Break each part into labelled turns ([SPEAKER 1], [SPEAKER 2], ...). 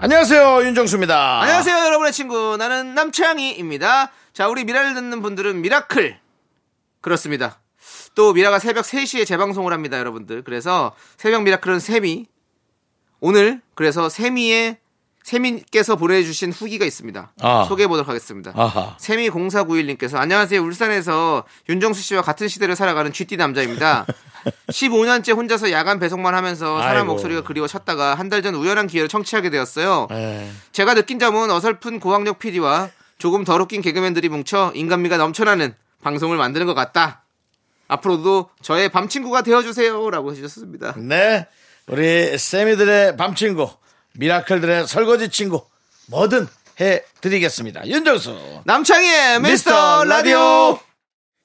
[SPEAKER 1] 안녕하세요 윤정수입니다.
[SPEAKER 2] 안녕하세요, 여러분의 친구. 나는 남창희입니다. 자, 우리 미라를 듣는 분들은 미라클. 그렇습니다. 또 미라가 새벽 3시에 재방송을 합니다, 여러분들. 그래서 새벽 미라클은 세미. 오늘, 그래서 세미의, 세미께서 보내주신 후기가 있습니다.
[SPEAKER 1] 아.
[SPEAKER 2] 소개해보도록 하겠습니다.
[SPEAKER 1] 아하.
[SPEAKER 2] 세미 0491님께서 안녕하세요. 울산에서 윤정수 씨와 같은 시대를 살아가는 쥐띠 남자입니다. 15년째 혼자서 야간 배송만 하면서 사람
[SPEAKER 1] 아이고.
[SPEAKER 2] 목소리가 그리워 찾다가 한 달 전 우연한 기회를 청취하게 되었어요.
[SPEAKER 1] 네.
[SPEAKER 2] 제가 느낀 점은 어설픈 고학력 PD와 조금 더 웃긴 개그맨들이 뭉쳐 인간미가 넘쳐나는 방송을 만드는 것 같다. 앞으로도 저의 밤 친구가 되어주세요라고 해주셨습니다.
[SPEAKER 1] 네. 우리 세미들의 밤 친구, 미라클들의 설거지 친구, 뭐든 해드리겠습니다. 윤정수.
[SPEAKER 2] 남창희의 미스터 라디오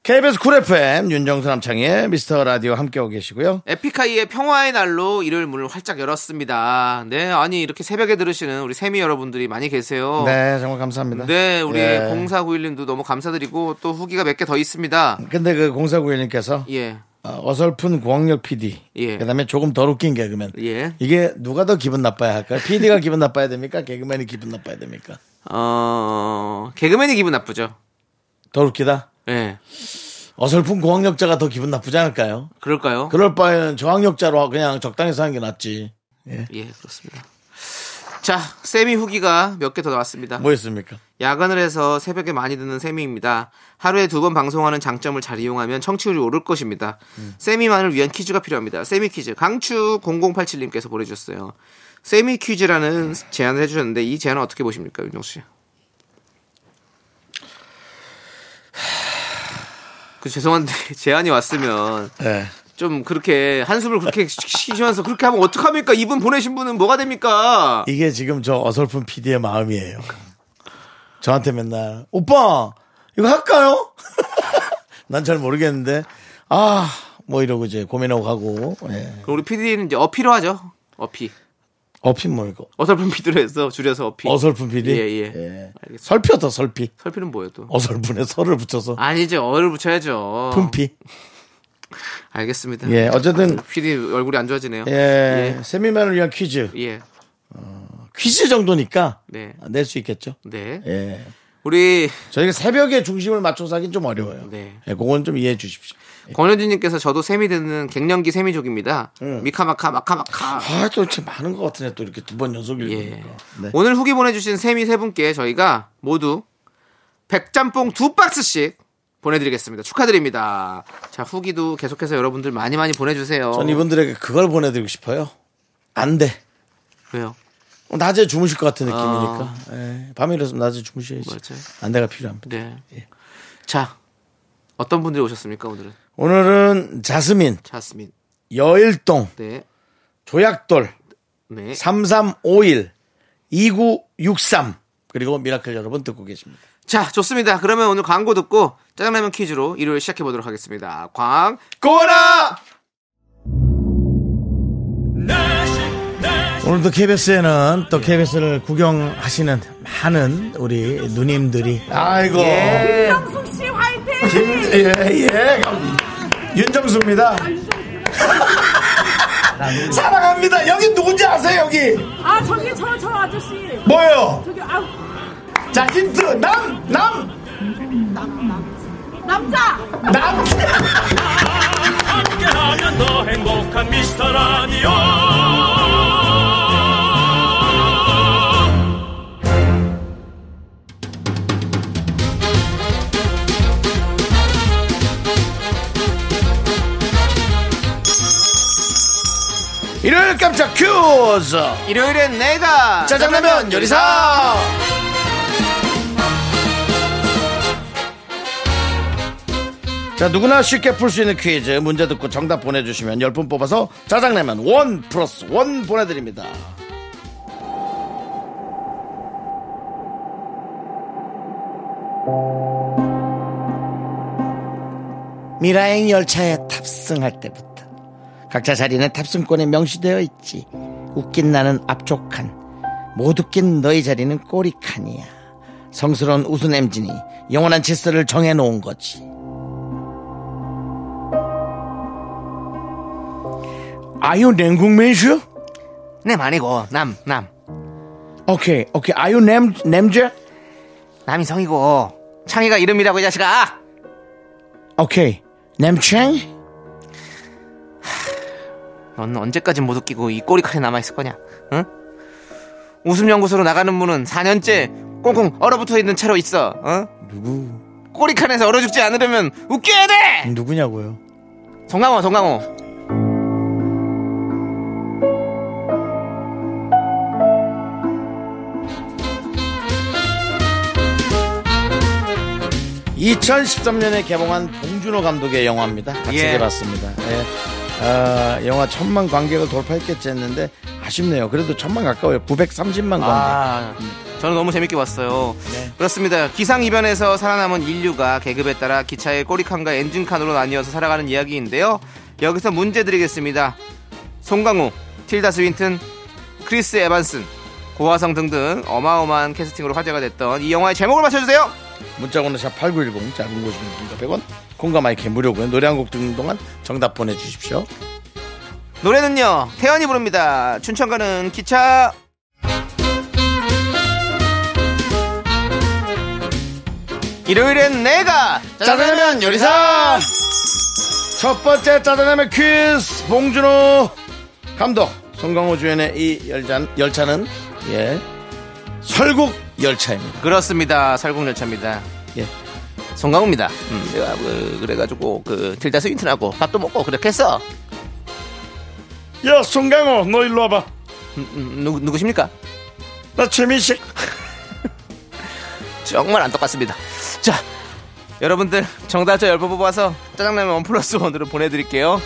[SPEAKER 1] KBS 쿨 FM 윤정수 남창희의 미스터 라디오 함께하고 계시고요.
[SPEAKER 2] 에픽하이의 평화의 날로 일요일 문을 활짝 열었습니다. 네, 아니 이렇게 새벽에 들으시는 우리 세미 여러분들이 많이 계세요.
[SPEAKER 1] 네, 정말 감사합니다.
[SPEAKER 2] 어. 네, 우리
[SPEAKER 1] 예.
[SPEAKER 2] 0491님도 너무 감사드리고 또 후기가 몇 개 더 있습니다.
[SPEAKER 1] 근데 그 공사구일님께서
[SPEAKER 2] 예,
[SPEAKER 1] 어설픈 고학력 PD,
[SPEAKER 2] 예.
[SPEAKER 1] 그다음에 조금 더 웃긴 개그맨.
[SPEAKER 2] 예.
[SPEAKER 1] 이게 누가 더 기분 나빠야 할까요? PD가 기분 나빠야 됩니까? 개그맨이 기분 나빠야 됩니까?
[SPEAKER 2] 어 개그맨이 기분 나쁘죠.
[SPEAKER 1] 더 웃기다.
[SPEAKER 2] 예,
[SPEAKER 1] 어설픈 고학력자가 더 기분 나쁘지 않을까요?
[SPEAKER 2] 그럴까요?
[SPEAKER 1] 그럴 바에는 저항력자로 그냥 적당히 사는 게 낫지.
[SPEAKER 2] 예, 그렇습니다. 자, 세미 후기가 몇 개 더 나왔습니다.
[SPEAKER 1] 뭐였습니까?
[SPEAKER 2] 야간을 해서 새벽에 많이 듣는 세미입니다. 하루에 두 번 방송하는 장점을 잘 이용하면 청취율이 오를 것입니다. 세미만을 위한 퀴즈가 필요합니다. 세미 퀴즈. 강추 0087님께서 보내주셨어요. 세미 퀴즈라는 제안을 해주셨는데 이 제안은 어떻게 보십니까, 윤정수 씨? 그 죄송한데 제안이 왔으면
[SPEAKER 1] 네.
[SPEAKER 2] 좀 그렇게 한숨을 그렇게 쉬- 쉬면서 그렇게 하면 어떡합니까? 이분 보내신 분은 뭐가 됩니까?
[SPEAKER 1] 이게 지금 저 어설픈 PD의 마음이에요. 저한테 맨날 오빠 이거 할까요? 난 잘 모르겠는데 아 뭐 이러고 이제 고민하고 가고 예.
[SPEAKER 2] 그럼 우리 PD는 이제 어피로 하죠. 어피.
[SPEAKER 1] 어핀 뭐 이거
[SPEAKER 2] 어설픈 PD로 해서 줄여서 어피.
[SPEAKER 1] 어설픈 PD
[SPEAKER 2] 예, 예. 알겠습니다.
[SPEAKER 1] 설피어더 설피
[SPEAKER 2] 설피는 뭐예요 또?
[SPEAKER 1] 어설픈에 설을 붙여서
[SPEAKER 2] 아니죠. 어를 붙여야죠.
[SPEAKER 1] 품피
[SPEAKER 2] 알겠습니다.
[SPEAKER 1] 예 어쨌든
[SPEAKER 2] PD 얼굴이 안 좋아지네요.
[SPEAKER 1] 예, 세미만을 위한 퀴즈
[SPEAKER 2] 예. 예.
[SPEAKER 1] 퀴즈 정도니까 아,
[SPEAKER 2] 네.
[SPEAKER 1] 낼 수 있겠죠
[SPEAKER 2] 네.
[SPEAKER 1] 예
[SPEAKER 2] 우리
[SPEAKER 1] 저희가 새벽에 중심을 맞춰서 하긴 좀 어려워요
[SPEAKER 2] 네.
[SPEAKER 1] 예, 그건 좀 이해해 주십시오
[SPEAKER 2] 권현진님께서 저도 세미 듣는 갱년기 세미족입니다.
[SPEAKER 1] 음.
[SPEAKER 2] 미카마카 마카마카.
[SPEAKER 1] 아또 이렇게 많은 것 같으네 또 이렇게 두 번 연속
[SPEAKER 2] 예.
[SPEAKER 1] 읽으니까 네.
[SPEAKER 2] 오늘 후기 보내주신 세미 세 분께 저희가 모두 백짬뽕 두 박스씩 보내드리겠습니다. 축하드립니다. 자 후기도 계속해서 여러분들 많이 많이 보내주세요.
[SPEAKER 1] 전 이분들에게 그걸 보내드리고 싶어요 안돼 어,
[SPEAKER 2] 왜요?
[SPEAKER 1] 낮에 주무실 것 같은 느낌이니까 예, 밤에 일어서 낮에 주무셔야지
[SPEAKER 2] 아. 맞아요.
[SPEAKER 1] 안돼가 필요합니다
[SPEAKER 2] 네. 자 어떤 분들이 오셨습니까 오늘은?
[SPEAKER 1] 오늘은 자스민
[SPEAKER 2] 자스민.
[SPEAKER 1] 여일동
[SPEAKER 2] 네.
[SPEAKER 1] 조약돌
[SPEAKER 2] 네.
[SPEAKER 1] 3351 2963 그리고 미라클 여러분 듣고 계십니다.
[SPEAKER 2] 자 좋습니다. 그러면 오늘 광고 듣고 짜장라면 퀴즈로 일요일 시작해 보도록 하겠습니다. 광.
[SPEAKER 1] 꼬라! 오늘도 KBS에는 또 KBS를 구경하시는 많은 우리 누님들이 예. 아이고
[SPEAKER 3] 윤정수 씨 화이팅!
[SPEAKER 1] 예예 윤정수입니다. 사랑합니다. 여기 누군지 아세요 여기
[SPEAKER 3] 아 저기 저 저 아저씨
[SPEAKER 1] 뭐요?
[SPEAKER 3] 저기 아우
[SPEAKER 1] 자 힌트 남 남,
[SPEAKER 3] 남자
[SPEAKER 1] 남.
[SPEAKER 4] 함께하면 더 행복한 미스터 라디오
[SPEAKER 1] 일요일 깜짝 퀴즈
[SPEAKER 2] 일요일엔 내가
[SPEAKER 1] 짜장라면 요리사 자 누구나 쉽게 풀 수 있는 퀴즈 문제 듣고 정답 보내주시면 10분 뽑아서 짜장라면 원 플러스 원 보내드립니다 미라행 열차에 탑승할 때부터 각자 자리는 탑승권에 명시되어 있지. 웃긴 나는 앞쪽 칸, 못 웃긴 너희 자리는 꼬리 칸이야. 성스러운 웃음 엠진이 영원한 질서를 정해놓은 거지. 아유 냉국 메뉴?
[SPEAKER 2] 남 아니고 네, 남 남.
[SPEAKER 1] 오케이 오케이 아유 냄 냄제?
[SPEAKER 2] 남이 성이고 창이가 이름이라고 이 자식아.
[SPEAKER 1] 오케이 냄챙?
[SPEAKER 2] 넌 언제까지 못 웃기고 이 꼬리칼에 남아있을 거냐? 응? 웃음연구소로 나가는 문은 4년째 꽁꽁 얼어붙어 있는 채로 있어. 어?
[SPEAKER 1] 누구
[SPEAKER 2] 꼬리칸에서 얼어 죽지 않으려면 웃겨야 돼!
[SPEAKER 1] 누구냐고요?
[SPEAKER 2] 정강호, 정강호.
[SPEAKER 1] 이 2013년에 개봉한 봉준호 감독의 영화입니다. 같이
[SPEAKER 2] 예.
[SPEAKER 1] 해봤습니다. 예. 아, 영화 천만 관객을 돌파했겠지 했는데 아쉽네요. 그래도 천만 가까워요. 930만 관객.
[SPEAKER 2] 아, 저는 너무 재밌게 봤어요. 그렇습니다. 기상이변에서 살아남은 인류가 계급에 따라 기차의 꼬리칸과 엔진칸으로 나뉘어서 살아가는 이야기인데요. 여기서 문제 드리겠습니다. 송강호, 틸다 스윈튼, 크리스 에반슨, 고화성 등등 어마어마한 캐스팅으로 화제가 됐던 이 영화의 제목을 맞춰주세요.
[SPEAKER 1] 문자번호 샵 8910 짧은 곳이 긴 100원. 공과 마이크 무료고요. 노래 한 곡 듣는 동안 정답 보내주십시오.
[SPEAKER 2] 노래는요 태연이 부릅니다 춘천 가는 기차 일요일엔 내가
[SPEAKER 1] 짜장라면 요리사 첫 번째 짜장라면 퀴즈 봉준호 감독 송강호 주연의 이 열잔, 열차는 예 설국 열차입니다.
[SPEAKER 2] 그렇습니다 설국열차입니다
[SPEAKER 1] 예.
[SPEAKER 2] 송강호입니다 음, 내가 그, 그래가지고 그 틸다 스윈튼하고 밥도 먹고 그렇게 했어
[SPEAKER 1] 야 송강호 너 일로 와봐.
[SPEAKER 2] 음, 음, 누구, 누구십니까
[SPEAKER 1] 나 최민식
[SPEAKER 2] 정말 안 똑같습니다 자 여러분들 정답자 10번 뽑아서 짜장라면 원 플러스 원으로 보내드릴게요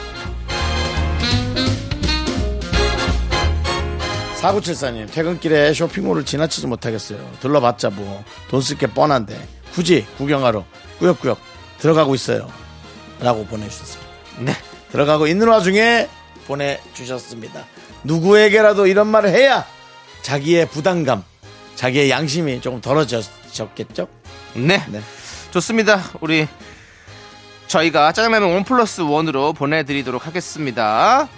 [SPEAKER 1] 4974님 퇴근길에 쇼핑몰을 지나치지 못하겠어요 둘러봤자 뭐 돈 쓸 게 뻔한데 굳이 구경하러 꾸역꾸역 들어가고 있어요 라고 보내주셨습니다
[SPEAKER 2] 네
[SPEAKER 1] 들어가고 있는 와중에 보내주셨습니다 누구에게라도 이런 말을 해야 자기의 부담감 자기의 양심이 조금 덜어졌겠죠
[SPEAKER 2] 네.
[SPEAKER 1] 네.
[SPEAKER 2] 좋습니다. 우리 저희가 짜장라면 원 플러스 원으로 보내드리도록 하겠습니다.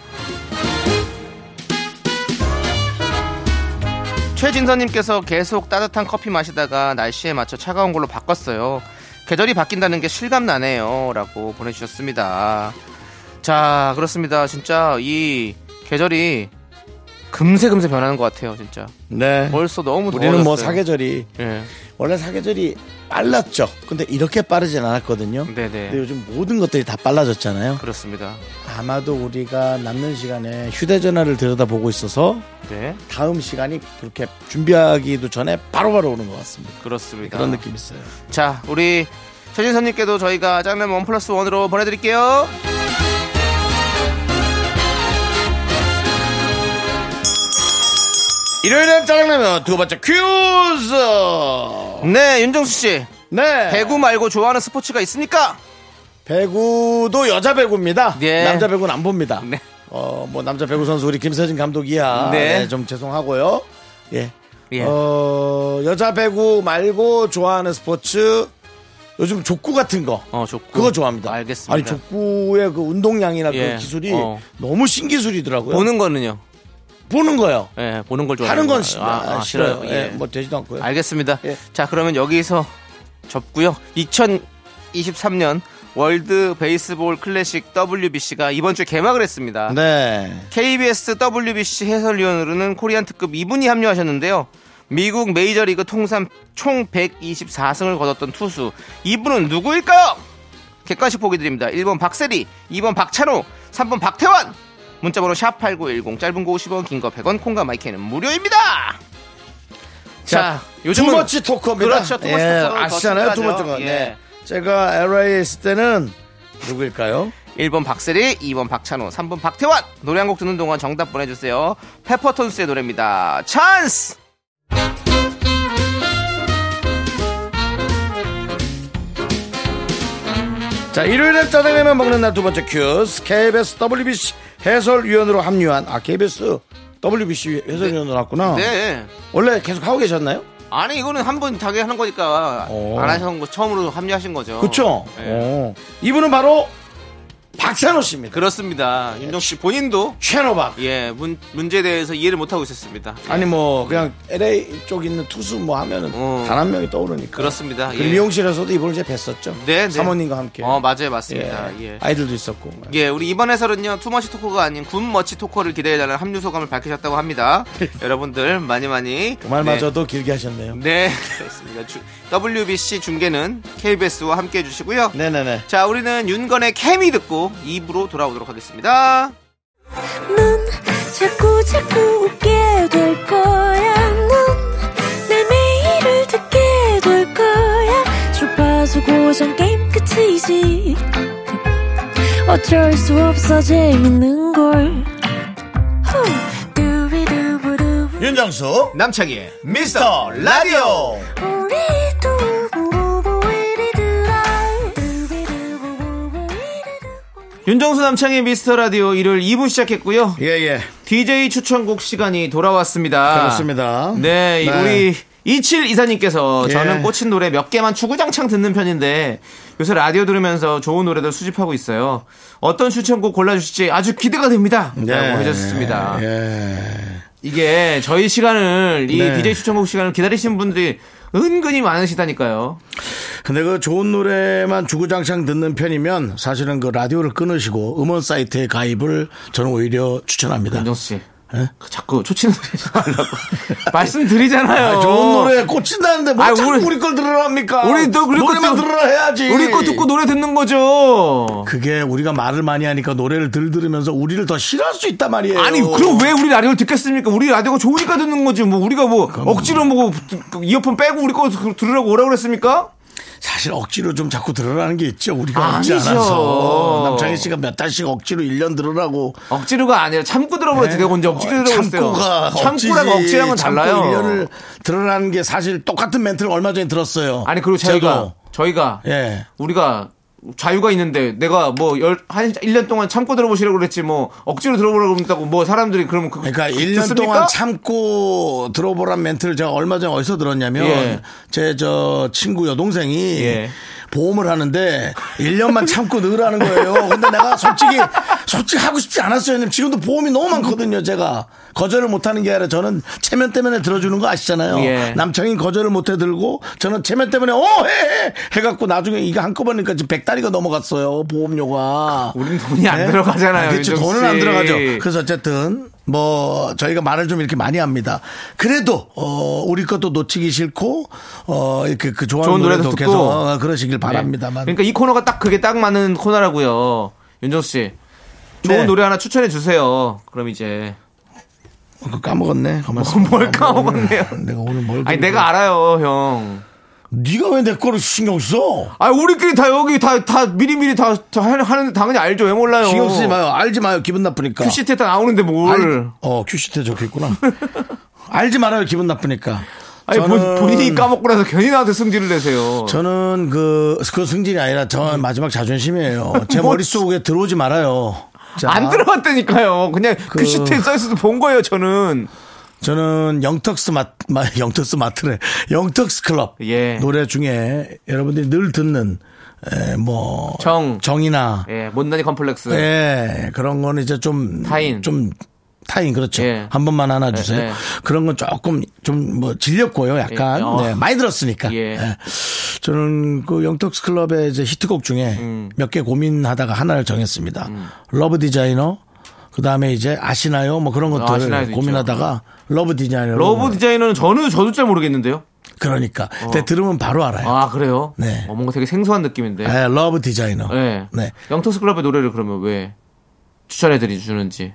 [SPEAKER 2] 최진서님께서 계속 따뜻한 커피 마시다가 날씨에 맞춰 차가운 걸로 바꿨어요. 계절이 바뀐다는 게 실감나네요. 라고 보내주셨습니다. 자, 그렇습니다. 진짜 이 계절이 금세금세 변하는 것 같아요. 진짜.
[SPEAKER 1] 네
[SPEAKER 2] 벌써 너무 더워졌어요.
[SPEAKER 1] 우리는 뭐 사계절이
[SPEAKER 2] 예.
[SPEAKER 1] 원래 사계절이 빨랐죠 근데 이렇게 빠르진 않았거든요
[SPEAKER 2] 네네.
[SPEAKER 1] 근데 요즘 모든 것들이 다 빨라졌잖아요
[SPEAKER 2] 그렇습니다.
[SPEAKER 1] 아마도 우리가 남는 시간에 휴대전화를 들여다보고 있어서
[SPEAKER 2] 네.
[SPEAKER 1] 다음 시간이 그렇게 준비하기도 전에 바로바로 오는 것 같습니다.
[SPEAKER 2] 그렇습니다.
[SPEAKER 1] 그런 느낌 있어요.
[SPEAKER 2] 자, 우리 최진선님께도 저희가 짜장면 원 플러스 원으로 보내드릴게요.
[SPEAKER 1] 일요일엔 짜장라면 두 번째 퀴즈!
[SPEAKER 2] 네, 윤정수 씨.
[SPEAKER 1] 네.
[SPEAKER 2] 배구 말고 좋아하는 스포츠가 있습니까?
[SPEAKER 1] 배구도 여자 배구입니다.
[SPEAKER 2] 네.
[SPEAKER 1] 남자 배구는 안 봅니다.
[SPEAKER 2] 네.
[SPEAKER 1] 어, 뭐 남자 배구 선수 우리 김서진 감독이야.
[SPEAKER 2] 네.
[SPEAKER 1] 네. 좀 죄송하고요. 예.
[SPEAKER 2] 예.
[SPEAKER 1] 어, 여자 배구 말고 좋아하는 스포츠 요즘 족구 같은 거.
[SPEAKER 2] 어, 좋고.
[SPEAKER 1] 그거 좋아합니다.
[SPEAKER 2] 알겠습니다.
[SPEAKER 1] 아니 족구의 그 운동량이나
[SPEAKER 2] 예,
[SPEAKER 1] 그 기술이
[SPEAKER 2] 어.
[SPEAKER 1] 너무 신기술이더라고요. 보는,
[SPEAKER 2] 보는 거는요?
[SPEAKER 1] 거요.
[SPEAKER 2] 예, 보는 걸 좋아해요.
[SPEAKER 1] 하는 건 싫,
[SPEAKER 2] 아, 아,
[SPEAKER 1] 싫어요.
[SPEAKER 2] 싫어요.
[SPEAKER 1] 예,
[SPEAKER 2] 예.
[SPEAKER 1] 뭐 되지도 않고요.
[SPEAKER 2] 알겠습니다.
[SPEAKER 1] 예.
[SPEAKER 2] 자, 그러면 여기서 접고요. 2023년 월드 베이스볼 클래식 WBC가 이번 주에 개막을 했습니다.
[SPEAKER 1] 네.
[SPEAKER 2] KBS WBC 해설위원으로는 코리안 특급 이분이 합류하셨는데요. 미국 메이저리그 통산 총 124승을 거뒀던 투수 이분은 누구일까요? 객관식 보기 드립니다. 1번 박세리, 2번 박찬호, 3번 박태환. 문자번호 샵8910 짧은 거 50원 긴 거 100원 콩과 마이크는 무료입니다. 자, 요즘은
[SPEAKER 1] 투머치 토크입니다.
[SPEAKER 2] 그렇죠, 투머치
[SPEAKER 1] 예,
[SPEAKER 2] 토크로 더
[SPEAKER 1] 아시잖아요,
[SPEAKER 2] 승부하죠.
[SPEAKER 1] 투머치 토크.
[SPEAKER 2] 예.
[SPEAKER 1] 네. 제가 LA에 있을 때는 누구일까요?
[SPEAKER 2] 1번 박세리, 2번 박찬호, 3번 박태환. 노래 한 곡 듣는 동안 정답 보내 주세요. 페퍼톤스의 노래입니다. 찬스!
[SPEAKER 1] 자, 일요일에 짜장라면 먹는 날 두 번째 큐스. KBS WBC 해설위원으로 합류한, 아, KBS WBC 해설위원으로 왔구나.
[SPEAKER 2] 네.
[SPEAKER 1] 원래 계속 하고 계셨나요?
[SPEAKER 2] 아니 이거는 한 번 자기 하는 거니까
[SPEAKER 1] 오.
[SPEAKER 2] 안 하신 거 처음으로 합류하신 거죠.
[SPEAKER 1] 어. 그쵸?
[SPEAKER 2] 네.
[SPEAKER 1] 어. 이분은 바로 박찬호 씨입니다.
[SPEAKER 2] 그렇습니다. 윤정 씨 본인도
[SPEAKER 1] 최노박.
[SPEAKER 2] 예 문, 문제에 대해서 이해를 못 하고 있었습니다.
[SPEAKER 1] 아니 뭐 그냥 LA 쪽 있는 투수 뭐 하면은
[SPEAKER 2] 어.
[SPEAKER 1] 단 한 명이 떠오르니까
[SPEAKER 2] 그렇습니다.
[SPEAKER 1] 그
[SPEAKER 2] 예.
[SPEAKER 1] 미용실에서도 이분을 이제 뵀었죠.
[SPEAKER 2] 네, 네.
[SPEAKER 1] 사모님과 함께.
[SPEAKER 2] 어 맞아요
[SPEAKER 1] 예.
[SPEAKER 2] 맞습니다. 예.
[SPEAKER 1] 아이들도 있었고.
[SPEAKER 2] 예, 우리 이번 해설은요 투머치 토커가 아닌 굿머치 토커를 기대해달라는 합류 소감을 밝히셨다고 합니다. 여러분들 많이 많이
[SPEAKER 1] 그 말마저도 길게 하셨네요.
[SPEAKER 2] 네, 네 그렇습니다. 주- WBC 중계는 KBS와 함께해 주시고요.
[SPEAKER 1] 네네네.
[SPEAKER 2] 자, 우리는 윤건의 케미 듣고 2부로 돌아오도록 하겠습니다.
[SPEAKER 5] 넌 자꾸 자꾸 웃게 될 거야. 넌내 매일을 듣게 될 거야. 주파수 고정 게임 끝이지. 어쩔 수 없어 재밌는 걸. 후. 두비두부두.
[SPEAKER 1] 윤정수
[SPEAKER 2] 남창희의
[SPEAKER 1] 미스터 라디오.
[SPEAKER 5] 우리 두부부부 우리 두라. 두비두부부부 우리 두라.
[SPEAKER 2] 윤정수 남창희 미스터 라디오 일요일 2부 시작했고요.
[SPEAKER 1] 예예.
[SPEAKER 2] DJ 추천곡 시간이 돌아왔습니다.
[SPEAKER 1] 그렇습니다.
[SPEAKER 2] 네, 이-
[SPEAKER 1] 네.
[SPEAKER 2] 우리 27 이사님께서
[SPEAKER 1] 예.
[SPEAKER 2] 저는 꽂힌 노래 몇 개만 주구장창 듣는 편인데 요새 라디오 들으면서 좋은 노래들 수집하고 있어요. 어떤 추천곡 골라주실지 아주 기대가 됩니다.
[SPEAKER 1] 네.
[SPEAKER 2] 라고 뭐 해주셨습니다.
[SPEAKER 1] 예.
[SPEAKER 2] 이게 저희 시간을 이
[SPEAKER 1] 네.
[SPEAKER 2] DJ 추천곡 시간을 기다리시는 분들이 은근히 많으시다니까요.
[SPEAKER 1] 근데 그 좋은 노래만 주구장창 듣는 편이면 사실은 그 라디오를 끊으시고 음원 사이트에 가입을 저는 오히려 추천합니다.
[SPEAKER 2] 윤정수 씨.
[SPEAKER 1] 예?
[SPEAKER 2] 그 자꾸 초치는 소리 하려고
[SPEAKER 1] 아,
[SPEAKER 2] 말씀드리잖아요.
[SPEAKER 1] 좋은 노래 꽂힌다는데 뭐
[SPEAKER 2] 어. 아이,
[SPEAKER 1] 자꾸 우리,
[SPEAKER 2] 우리-
[SPEAKER 1] 걸 들으라 합니까?
[SPEAKER 2] 우리 또 우리 거
[SPEAKER 1] 노래만
[SPEAKER 2] 듣고-
[SPEAKER 1] 들으라 해야지.
[SPEAKER 2] 우리 거 듣고 노래 듣는 거죠.
[SPEAKER 1] 그게 우리가 말을 많이 하니까 노래를 들 들으면서 우리를 더 싫어할 수 있단 말이에요.
[SPEAKER 2] 아니 그럼 왜 우리 라디오를 듣겠습니까? 우리 라디오가 좋으니까 듣는 거지. 뭐 우리가 뭐 억지로 뭐 그 이어폰 빼고 우리 거그 들- 들으라고 오라 그랬습니까?
[SPEAKER 1] 사실 억지로 좀 자꾸 들으라는 게 있죠. 우리가 없지
[SPEAKER 2] 아니죠.
[SPEAKER 1] 않아서 남창희 씨가 몇 달씩 억지로 1년 들으라고
[SPEAKER 2] 억지로가 아니라 참고 네. 들어보라 내가 언제 억지로 들어봤어요.
[SPEAKER 1] 참고가
[SPEAKER 2] 참고랑
[SPEAKER 1] 억지지.
[SPEAKER 2] 억지랑은 달라요.
[SPEAKER 1] 참고 1년을 들으라는 게 사실 똑같은 멘트를 얼마 전에 들었어요.
[SPEAKER 2] 아니 그리고 저희가
[SPEAKER 1] 저도.
[SPEAKER 2] 저희가
[SPEAKER 1] 예.
[SPEAKER 2] 우리가 자유가 있는데 내가 뭐한 1년 동안 참고 들어보시라고 그랬지 뭐 억지로 들어보라고 그랬다고 뭐 사람들이 그러면 그
[SPEAKER 1] 그러니까
[SPEAKER 2] 그-
[SPEAKER 1] 1년
[SPEAKER 2] 듣습니까?
[SPEAKER 1] 동안 참고 들어보란 멘트를 제가 얼마 전에 어디서 들었냐면
[SPEAKER 2] 예.
[SPEAKER 1] 제 저 친구 여동생이
[SPEAKER 2] 예.
[SPEAKER 1] 보험을 하는데 1년만 참고 넣으라는 거예요. 근데 내가 솔직히 솔직히 하고 싶지 않았어요. 왜냐면 지금도 보험이 너무 많거든요. 제가 거절을 못하는 게 아니라 저는 체면 때문에 들어주는 거 아시잖아요.
[SPEAKER 2] 예.
[SPEAKER 1] 남창이 거절을 못해 들고 저는 체면 때문에 어해 해갖고 나중에 이거 한꺼번에니까 그러니까 지금 백다리가 넘어갔어요. 보험료가.
[SPEAKER 2] 우린 돈이 안 들어가잖아요,
[SPEAKER 1] 그렇죠.
[SPEAKER 2] 윤정
[SPEAKER 1] 돈은 안
[SPEAKER 2] 씨.
[SPEAKER 1] 들어가죠. 그래서 어쨌든 뭐 저희가 말을 좀 이렇게 많이 합니다. 그래도 어 우리 것도 놓치기 싫고 어 이렇게 그 좋아하는
[SPEAKER 2] 좋은 노래도
[SPEAKER 1] 노래도
[SPEAKER 2] 듣고.
[SPEAKER 1] 계속 어, 그러시길 바랍니다만.
[SPEAKER 2] 그러니까 이 코너가 딱 그게 딱 맞는 코너라고요. 윤정수 씨. 좋은
[SPEAKER 1] 네.
[SPEAKER 2] 노래 하나 추천해 주세요. 그럼 이제
[SPEAKER 1] 어, 그거 까먹었네. 가만
[SPEAKER 2] 뭘 까먹었네요.
[SPEAKER 1] 어, 내가 오늘 뭘
[SPEAKER 2] 아니
[SPEAKER 1] 그리고-
[SPEAKER 2] 내가 알아요, 형.
[SPEAKER 1] 네가 왜 내 거를 신경 써?
[SPEAKER 2] 아 우리끼리 다 여기 다 다 미리미리 다, 다 하는- 하는데 당연히 알죠. 왜 몰라요?
[SPEAKER 1] 신경 쓰지 마요. 알지 마요. 기분 나쁘니까.
[SPEAKER 2] 큐시트에 다 나오는데 뭘?
[SPEAKER 1] 알, 어 큐시트에 적혀 있구나. 알지 말아요. 기분 나쁘니까.
[SPEAKER 2] 아니 본,
[SPEAKER 1] 저는-
[SPEAKER 2] 본인이 까먹고 나서 괜히 나한테 승질을 내세요.
[SPEAKER 1] 저는 그, 그 승진이 아니라 저 마지막 자존심이에요. 제
[SPEAKER 2] 뭐-
[SPEAKER 1] 머릿속에 들어오지 말아요. 자,
[SPEAKER 2] 안 들어봤다니까요. 그냥 큐시트에 써 있어도 본 거예요. 저는
[SPEAKER 1] 저는 영턱스 마, 마, 영턱스 마트래. 영턱스 클럽.
[SPEAKER 2] 예.
[SPEAKER 1] 노래 중에 여러분들이 늘 듣는, 에, 뭐.
[SPEAKER 2] 정.
[SPEAKER 1] 정이나. 예.
[SPEAKER 2] 예 못난이 컴플렉스.
[SPEAKER 1] 네. 그런 건 이제 좀.
[SPEAKER 2] 네. 타인.
[SPEAKER 1] 좀 타인, 그렇죠.
[SPEAKER 2] 예.
[SPEAKER 1] 한 번만 하나 주세요.
[SPEAKER 2] 예, 예.
[SPEAKER 1] 그런 건 조금 좀 뭐 질렸고요. 약간.
[SPEAKER 2] 예, 어.
[SPEAKER 1] 네, 많이 들었으니까.
[SPEAKER 2] 예.
[SPEAKER 1] 예. 저는 그 영턱스 클럽의 이제 히트곡 중에
[SPEAKER 2] 음.
[SPEAKER 1] 몇 개 고민하다가 하나를 정했습니다. 러브 디자이너, 그 다음에 이제 아시나요? 뭐 그런
[SPEAKER 2] 아,
[SPEAKER 1] 것들을
[SPEAKER 2] 아시나요도
[SPEAKER 1] 고민하다가 러브 디자이너.
[SPEAKER 2] 러브 디자이너는 저는 저도 잘 모르겠는데요.
[SPEAKER 1] 그러니까. 근데 들으면 바로 알아요.
[SPEAKER 2] 어. 아 예. 그래요?
[SPEAKER 1] 네.
[SPEAKER 2] 어, 뭔가 되게 생소한 느낌인데.
[SPEAKER 1] 네, 러브 디자이너.
[SPEAKER 2] 네.
[SPEAKER 1] 네.
[SPEAKER 2] 영턱스 클럽의 노래를 그러면 왜 추천해드리 주는지.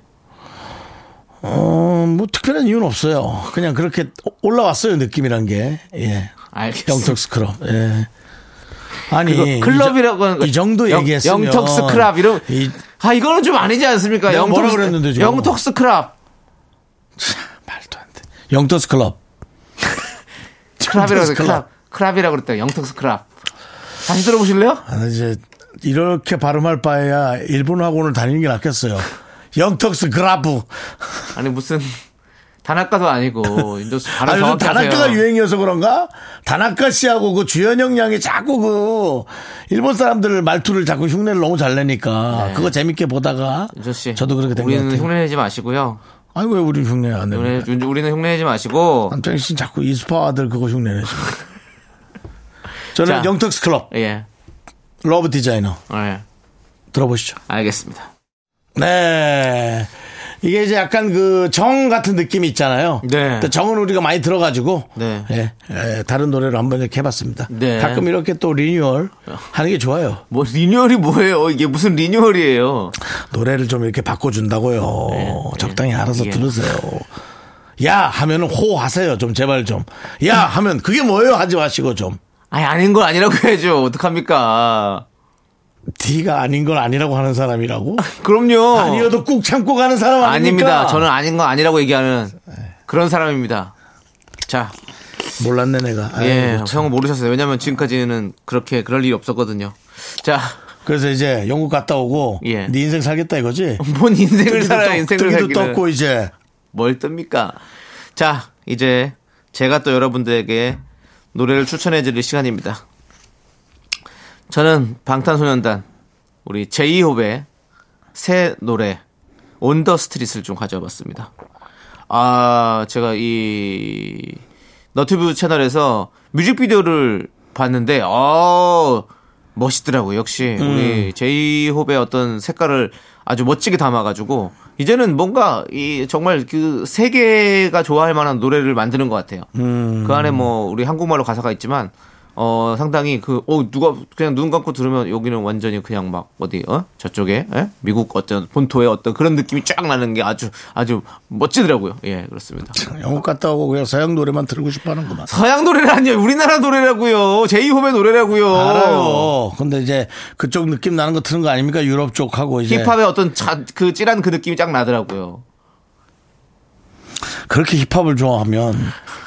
[SPEAKER 1] 어, 뭐 특별한 이유는 없어요. 그냥 그렇게 올라왔어요, 느낌이란 게. 예.
[SPEAKER 2] 알겠습니다.
[SPEAKER 1] 영턱스 클럽. 예. 아니.
[SPEAKER 2] 그거 클럽이라고 하는 거.
[SPEAKER 1] 이 정도
[SPEAKER 2] 영-
[SPEAKER 1] 얘기했으면
[SPEAKER 2] 영턱스 클럽 이런.
[SPEAKER 1] 이-
[SPEAKER 2] 아 이거는 좀 아니지 않습니까?
[SPEAKER 1] 내가 뭐라 그랬는데, 지금.
[SPEAKER 2] 영턱스 클럽.
[SPEAKER 1] 말도 안 돼. 영턱스 클럽.
[SPEAKER 2] 클럽이라고
[SPEAKER 1] 영턱스
[SPEAKER 2] 그래, 클럽. 클럽이라고 그랬다. 영턱스 클럽. 다시 들어보실래요?
[SPEAKER 1] 아, 나 이제 이렇게 발음할 바에야 일본 학원을 다니는 게 낫겠어요. 영턱스 그라프.
[SPEAKER 2] 아니 무슨 단학가도 아니고 인도스
[SPEAKER 1] 아,
[SPEAKER 2] 발음
[SPEAKER 1] 요즘
[SPEAKER 2] 정확히 하세요.
[SPEAKER 1] 다나카가 유행이어서 그런가? 다나카 씨하고 그 주현영 양이 자꾸 그 일본 사람들 말투를 자꾸 흉내를 너무 잘 내니까 그거 재밌게 보다가
[SPEAKER 2] 윤조 네. 씨,
[SPEAKER 1] 저도 그렇게 된 것
[SPEAKER 2] 우리는
[SPEAKER 1] 같아요. 네.
[SPEAKER 2] 흉내내지 마시고요.
[SPEAKER 1] 아니 왜 우리 흉내 안 내는
[SPEAKER 2] 우리,
[SPEAKER 1] 거야?
[SPEAKER 2] 윤- 우리는 흉내내지 마시고
[SPEAKER 1] 남창희 씨는 자꾸 이스파 아들 그거 흉내 내죠. 저는
[SPEAKER 2] 자.
[SPEAKER 1] 영턱스 클럽
[SPEAKER 2] 예,
[SPEAKER 1] 러브 디자이너
[SPEAKER 2] 예,
[SPEAKER 1] 들어보시죠.
[SPEAKER 2] 알겠습니다.
[SPEAKER 1] 네. 이게 이제 약간 그 정 같은 느낌이 있잖아요.
[SPEAKER 2] 네.
[SPEAKER 1] 근데 정은 우리가 많이 들어가지고
[SPEAKER 2] 네.
[SPEAKER 1] 예, 예, 다른 노래로 한번 이렇게 해봤습니다.
[SPEAKER 2] 네. 어.
[SPEAKER 1] 가끔 이렇게 또 리뉴얼 하는 게 좋아요.
[SPEAKER 2] 뭐 리뉴얼이 뭐예요? 이게 무슨 리뉴얼이에요?
[SPEAKER 1] 노래를 좀 이렇게 바꿔준다고요. 적당히 알아서
[SPEAKER 2] 예.
[SPEAKER 1] 들으세요. 야 하면은 호 하세요. 좀 제발 좀. 야 하면 그게 뭐예요? 하지 마시고 좀.
[SPEAKER 2] 아니 아닌 건 아니라고 해야죠. 어떡합니까?
[SPEAKER 1] D가 아닌 건 아니라고 하는 사람이라고?
[SPEAKER 2] 그럼요.
[SPEAKER 1] 아니어도 꾹 참고 가는 사람 아닙니까? 네.
[SPEAKER 2] 아닙니다. 저는 아닌 건 아니라고 얘기하는 그런 사람입니다. 자,
[SPEAKER 1] 몰랐네 내가. 아이고,
[SPEAKER 2] 예,
[SPEAKER 1] 참.
[SPEAKER 2] 형 모르셨어요. 왜냐면 지금까지는 그렇게 그럴 일이 없었거든요. 자,
[SPEAKER 1] 그래서 이제 영국 갔다 오고
[SPEAKER 2] 예.
[SPEAKER 1] 네 인생 살겠다 이거지.
[SPEAKER 2] 뭔 인생을 살아요,
[SPEAKER 1] 뜨기도
[SPEAKER 2] 인생을
[SPEAKER 1] 떴- 뜨기도
[SPEAKER 2] 살기는.
[SPEAKER 1] 떴고 이제
[SPEAKER 2] 뭘 뜹니까? 자, 이제 제가 또 여러분들에게 노래를 추천해 드릴 시간입니다. 저는 방탄소년단 우리 제이홉의 새 노래 온더 스트릿을 좀 가져와 봤습니다. 아, 제가 이 너튜브 채널에서 뮤직비디오를 봤는데 어 멋있더라고요. 역시 우리 제이홉의 어떤 색깔을 아주 멋지게 담아가지고 이제는 뭔가 이 정말 그 세계가 좋아할 만한 노래를 만드는 것 같아요. 그 안에 뭐 우리 한국말로 가사가 있지만 어 상당히 그어 누가 그냥 눈 감고 들으면 여기는 완전히 그냥 막 어디 어 저쪽에 예? 미국 어떤 본토의 어떤 그런 느낌이 쫙 나는 게 아주 아주 멋지더라고요. 예 그렇습니다.
[SPEAKER 1] 영국 갔다 오고 그냥 서양 노래만 들고 싶어하는구만.
[SPEAKER 2] 서양 노래라니요. 우리나라 노래라고요. 제이홉의 노래라고요.
[SPEAKER 1] 알아요. 근데 이제 그쪽 느낌 나는 거 트는 거 아닙니까? 유럽 쪽하고 이제
[SPEAKER 2] 힙합의 어떤 자, 그 찔한 그 느낌이 쫙 나더라고요.
[SPEAKER 1] 그렇게 힙합을 좋아하면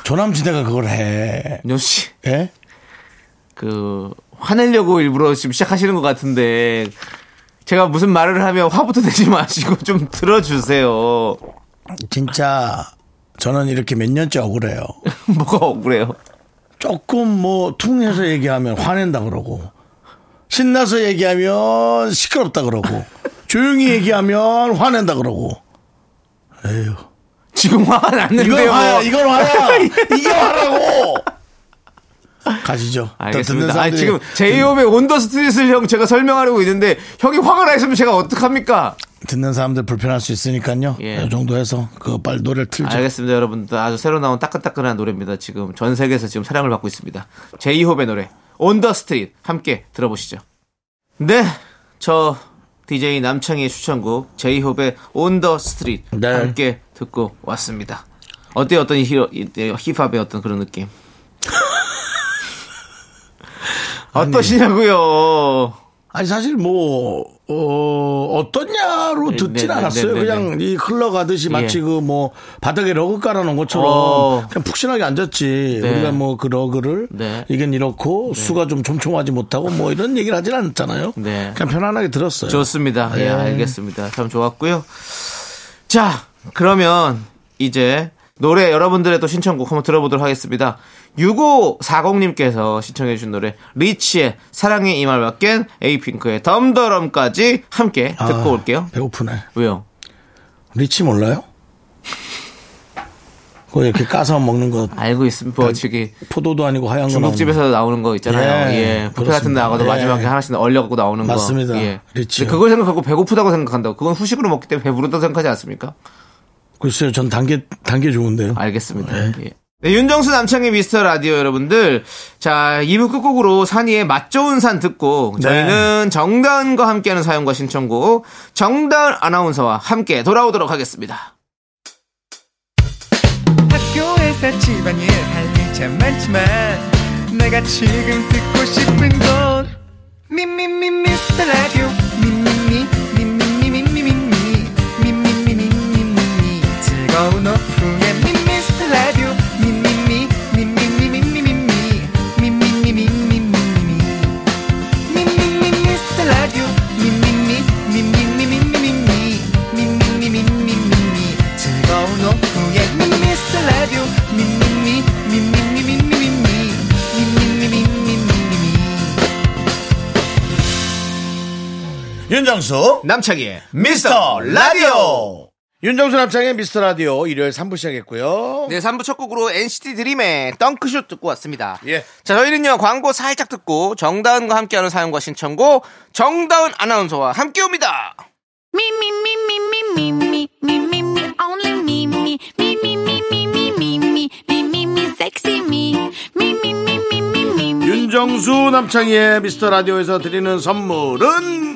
[SPEAKER 1] 조남지대가 그걸 해.
[SPEAKER 2] 윤정 씨,
[SPEAKER 1] 예?
[SPEAKER 2] 그 화내려고 일부러 지금 시작하시는 것 같은데 제가 무슨 말을 하면 화부터 내지 마시고 좀 들어주세요.
[SPEAKER 1] 진짜 저는 이렇게 몇 년째 억울해요.
[SPEAKER 2] 뭐가 억울해요?
[SPEAKER 1] 조금 뭐 퉁해서 얘기하면 화낸다 그러고 신나서 얘기하면 시끄럽다 그러고 조용히 얘기하면 화낸다 그러고 에휴
[SPEAKER 2] 지금 화가
[SPEAKER 1] 이건
[SPEAKER 2] 났는데요. 뭐
[SPEAKER 1] 화야 이건 화야 이게 화라고 가시죠 더 듣는
[SPEAKER 2] 알겠습니다. 아니,
[SPEAKER 1] 사람들이
[SPEAKER 2] 지금 제이홉의 온더 스트릿을 형 제가 설명하려고 있는데 형이 화가 나 있으면 제가 어떡합니까?
[SPEAKER 1] 듣는 사람들 불편할 수 있으니까요
[SPEAKER 2] 예.
[SPEAKER 1] 이 정도 해서 그 빨리 노래를 틀죠
[SPEAKER 2] 알겠습니다, 여러분들. 아주 새로 나온 따끈따끈한 노래입니다. 지금 전 세계에서 지금 사랑을 받고 있습니다. 제이홉의 노래 온더 스트릿 함께 들어보시죠. 네, 저 DJ 남창희의 추천곡 제이홉의 온더 스트릿
[SPEAKER 1] 네.
[SPEAKER 2] 함께 듣고 왔습니다. 어때요? 어떤 히로, 이- 이- 힙합의 어떤 그런 느낌? 어떠시냐고요?
[SPEAKER 1] 아니 사실 뭐 어, 어떠냐로
[SPEAKER 2] 네,
[SPEAKER 1] 듣진
[SPEAKER 2] 네, 네,
[SPEAKER 1] 않았어요.
[SPEAKER 2] 네, 네,
[SPEAKER 1] 그냥 이 흘러가듯이 마치
[SPEAKER 2] 예.
[SPEAKER 1] 그 뭐 바닥에 러그 깔아놓은 것처럼
[SPEAKER 2] 어.
[SPEAKER 1] 그냥 푹신하게 앉았지.
[SPEAKER 2] 네.
[SPEAKER 1] 우리가 뭐 그 러그를
[SPEAKER 2] 네.
[SPEAKER 1] 이건 이렇고 수가 좀 촘촘하지 못하고 뭐 이런 얘기를 하진 않았잖아요.
[SPEAKER 2] 네.
[SPEAKER 1] 그냥 편안하게 들었어요.
[SPEAKER 2] 좋습니다. 예,
[SPEAKER 1] 예.
[SPEAKER 2] 알겠습니다. 참 좋았고요. 자, 그러면 이제 노래 여러분들의 또 신청곡 한번 들어보도록 하겠습니다. 6540님께서 신청해주신 노래 리치의 사랑의 이말 밖엔 에이핑크의 덤더럼까지 함께
[SPEAKER 1] 아,
[SPEAKER 2] 듣고 올게요.
[SPEAKER 1] 배고프네.
[SPEAKER 2] 왜요?
[SPEAKER 1] 리치 몰라요? 그거 이렇게 까서 먹는 거
[SPEAKER 2] 알고 있으면
[SPEAKER 1] 아,
[SPEAKER 2] 뭐 저기
[SPEAKER 1] 포도도 아니고 하얀 거
[SPEAKER 2] 중국집에서 나오는 거 있잖아요.
[SPEAKER 1] 예,
[SPEAKER 2] 예, 뷔페 같은
[SPEAKER 1] 그렇습니다.
[SPEAKER 2] 데 나가도
[SPEAKER 1] 예.
[SPEAKER 2] 마지막에 하나씩 얼려갖고 나오는 거.
[SPEAKER 1] 맞습니다.
[SPEAKER 2] 예.
[SPEAKER 1] 리치요.
[SPEAKER 2] 근데 그걸 생각하고 배고프다고 생각한다고. 그건 후식으로 먹기 때문에 배부르다고 생각하지 않습니까?
[SPEAKER 1] 글쎄요, 전 단계 단계 좋은데요.
[SPEAKER 2] 알겠습니다. 예. 네, 윤정수 남창의 미스터 라디오 여러분들. 자, 2부 끝곡으로 산이의 맛 좋은 산 듣고 저희는 정다은과 함께하는 사연과 신청곡 정다은 아나운서와 함께 돌아오도록 하겠습니다.
[SPEAKER 6] 학교에서 집안일 할 일 참 많지만 내가 지금 듣고 싶은 건 미미미 미스터 라디오 미미미 미미미 미미미 미미미 미미미 미미미 즐거운 오후에 미스터 라디오 미미미 미미미 미미미 미미미 미미미 미미미 미미미 미스터 라디오
[SPEAKER 1] 윤정수
[SPEAKER 2] 남창희의
[SPEAKER 1] 미스터 라디오 윤정수 남창의 미스터 라디오 일요일 3부 시작했고요
[SPEAKER 2] 네, 3부 첫 곡으로 NCT 드림의 덩크슛 듣고 왔습니다.
[SPEAKER 1] 예.
[SPEAKER 2] 자, 저희는요, 광고 살짝 듣고 정다은과 함께하는 사연과 신청곡, 정다은 아나운서와 함께 옵니다!
[SPEAKER 5] Me, me, me, me, me, me, me, me, me, me, only me, me, me, me, me, me, me, me, me, me, me, me, sexy me, me, me, me, me, me, me, me,
[SPEAKER 1] 윤정수 남창의 미스터 라디오에서 드리는 선물은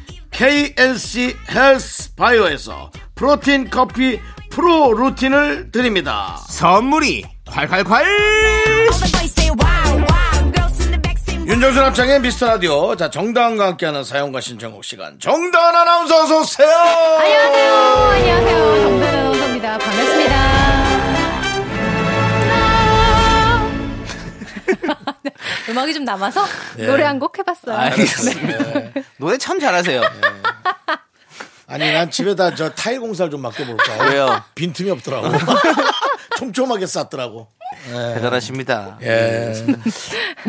[SPEAKER 1] KNC 헬스 바이오에서 프로틴 커피 프로 루틴을 드립니다
[SPEAKER 2] 선물이 콸콸콸!
[SPEAKER 5] the boys say wow, wow, girls in the back say
[SPEAKER 1] 윤정수 남창의 미스터 라디오 자 정다은과 함께하는 사연과 신청곡 시간 정다은 아나운서 어서 오세요
[SPEAKER 7] 안녕하세요. 안녕하세요. 정다은입니다. 반갑습니다. 음악이 좀 남아서 노래 한 곡 해봤어요.
[SPEAKER 1] 네.
[SPEAKER 2] 노래 참 잘하세요.
[SPEAKER 7] 네.
[SPEAKER 1] 아니 난 집에다 저 타일 공사를 좀 맡겨볼까
[SPEAKER 2] 왜요?
[SPEAKER 1] 빈틈이 없더라고 촘촘하게 쌌더라고
[SPEAKER 7] 네.
[SPEAKER 2] 대단하십니다.
[SPEAKER 1] 예.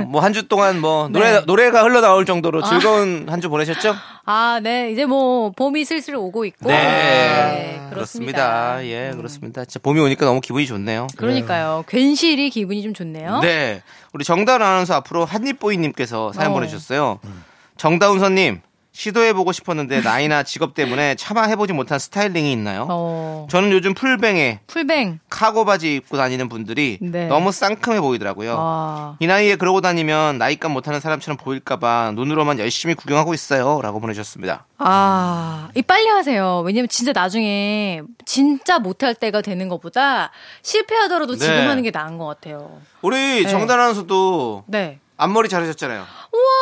[SPEAKER 2] 뭐 한 주 동안 뭐
[SPEAKER 7] 네.
[SPEAKER 2] 노래 노래가 흘러나올 정도로 즐거운 한 주 보내셨죠?
[SPEAKER 7] 아, 네. 이제 뭐 봄이 슬슬 오고 있고. 네, 그렇습니다. 음.
[SPEAKER 2] 그렇습니다. 예, 그렇습니다. 진짜 봄이 오니까 너무 기분이 좋네요.
[SPEAKER 7] 그러니까요. 괜시리 기분이 좀 좋네요.
[SPEAKER 2] 네. 우리 정다운 아나운서 앞으로 한입보이님께서 사연
[SPEAKER 7] 어.
[SPEAKER 2] 보내주셨어요. 정다운서님, 시도해보고 싶었는데 나이나 직업 때문에 차마 해보지 못한 스타일링이 있나요?
[SPEAKER 7] 어,
[SPEAKER 2] 저는 요즘 풀뱅에
[SPEAKER 7] 풀뱅.
[SPEAKER 2] 카고 바지 입고 다니는 분들이
[SPEAKER 7] 네.
[SPEAKER 2] 너무 쌍큼해 보이더라고요.
[SPEAKER 7] 아.
[SPEAKER 2] 이 나이에 그러고 다니면 나이값 못하는 사람처럼 보일까봐 눈으로만 열심히 구경하고 있어요. 라고 보내주셨습니다.
[SPEAKER 7] 아, 이 빨리 하세요. 왜냐면 진짜 나중에 진짜 못할 때가 되는 것보다 실패하더라도
[SPEAKER 2] 네.
[SPEAKER 7] 지금 하는 게 나은 것 같아요.
[SPEAKER 2] 우리
[SPEAKER 7] 네.
[SPEAKER 2] 정단 아나운서도
[SPEAKER 7] 네.
[SPEAKER 2] 앞머리 자르셨잖아요.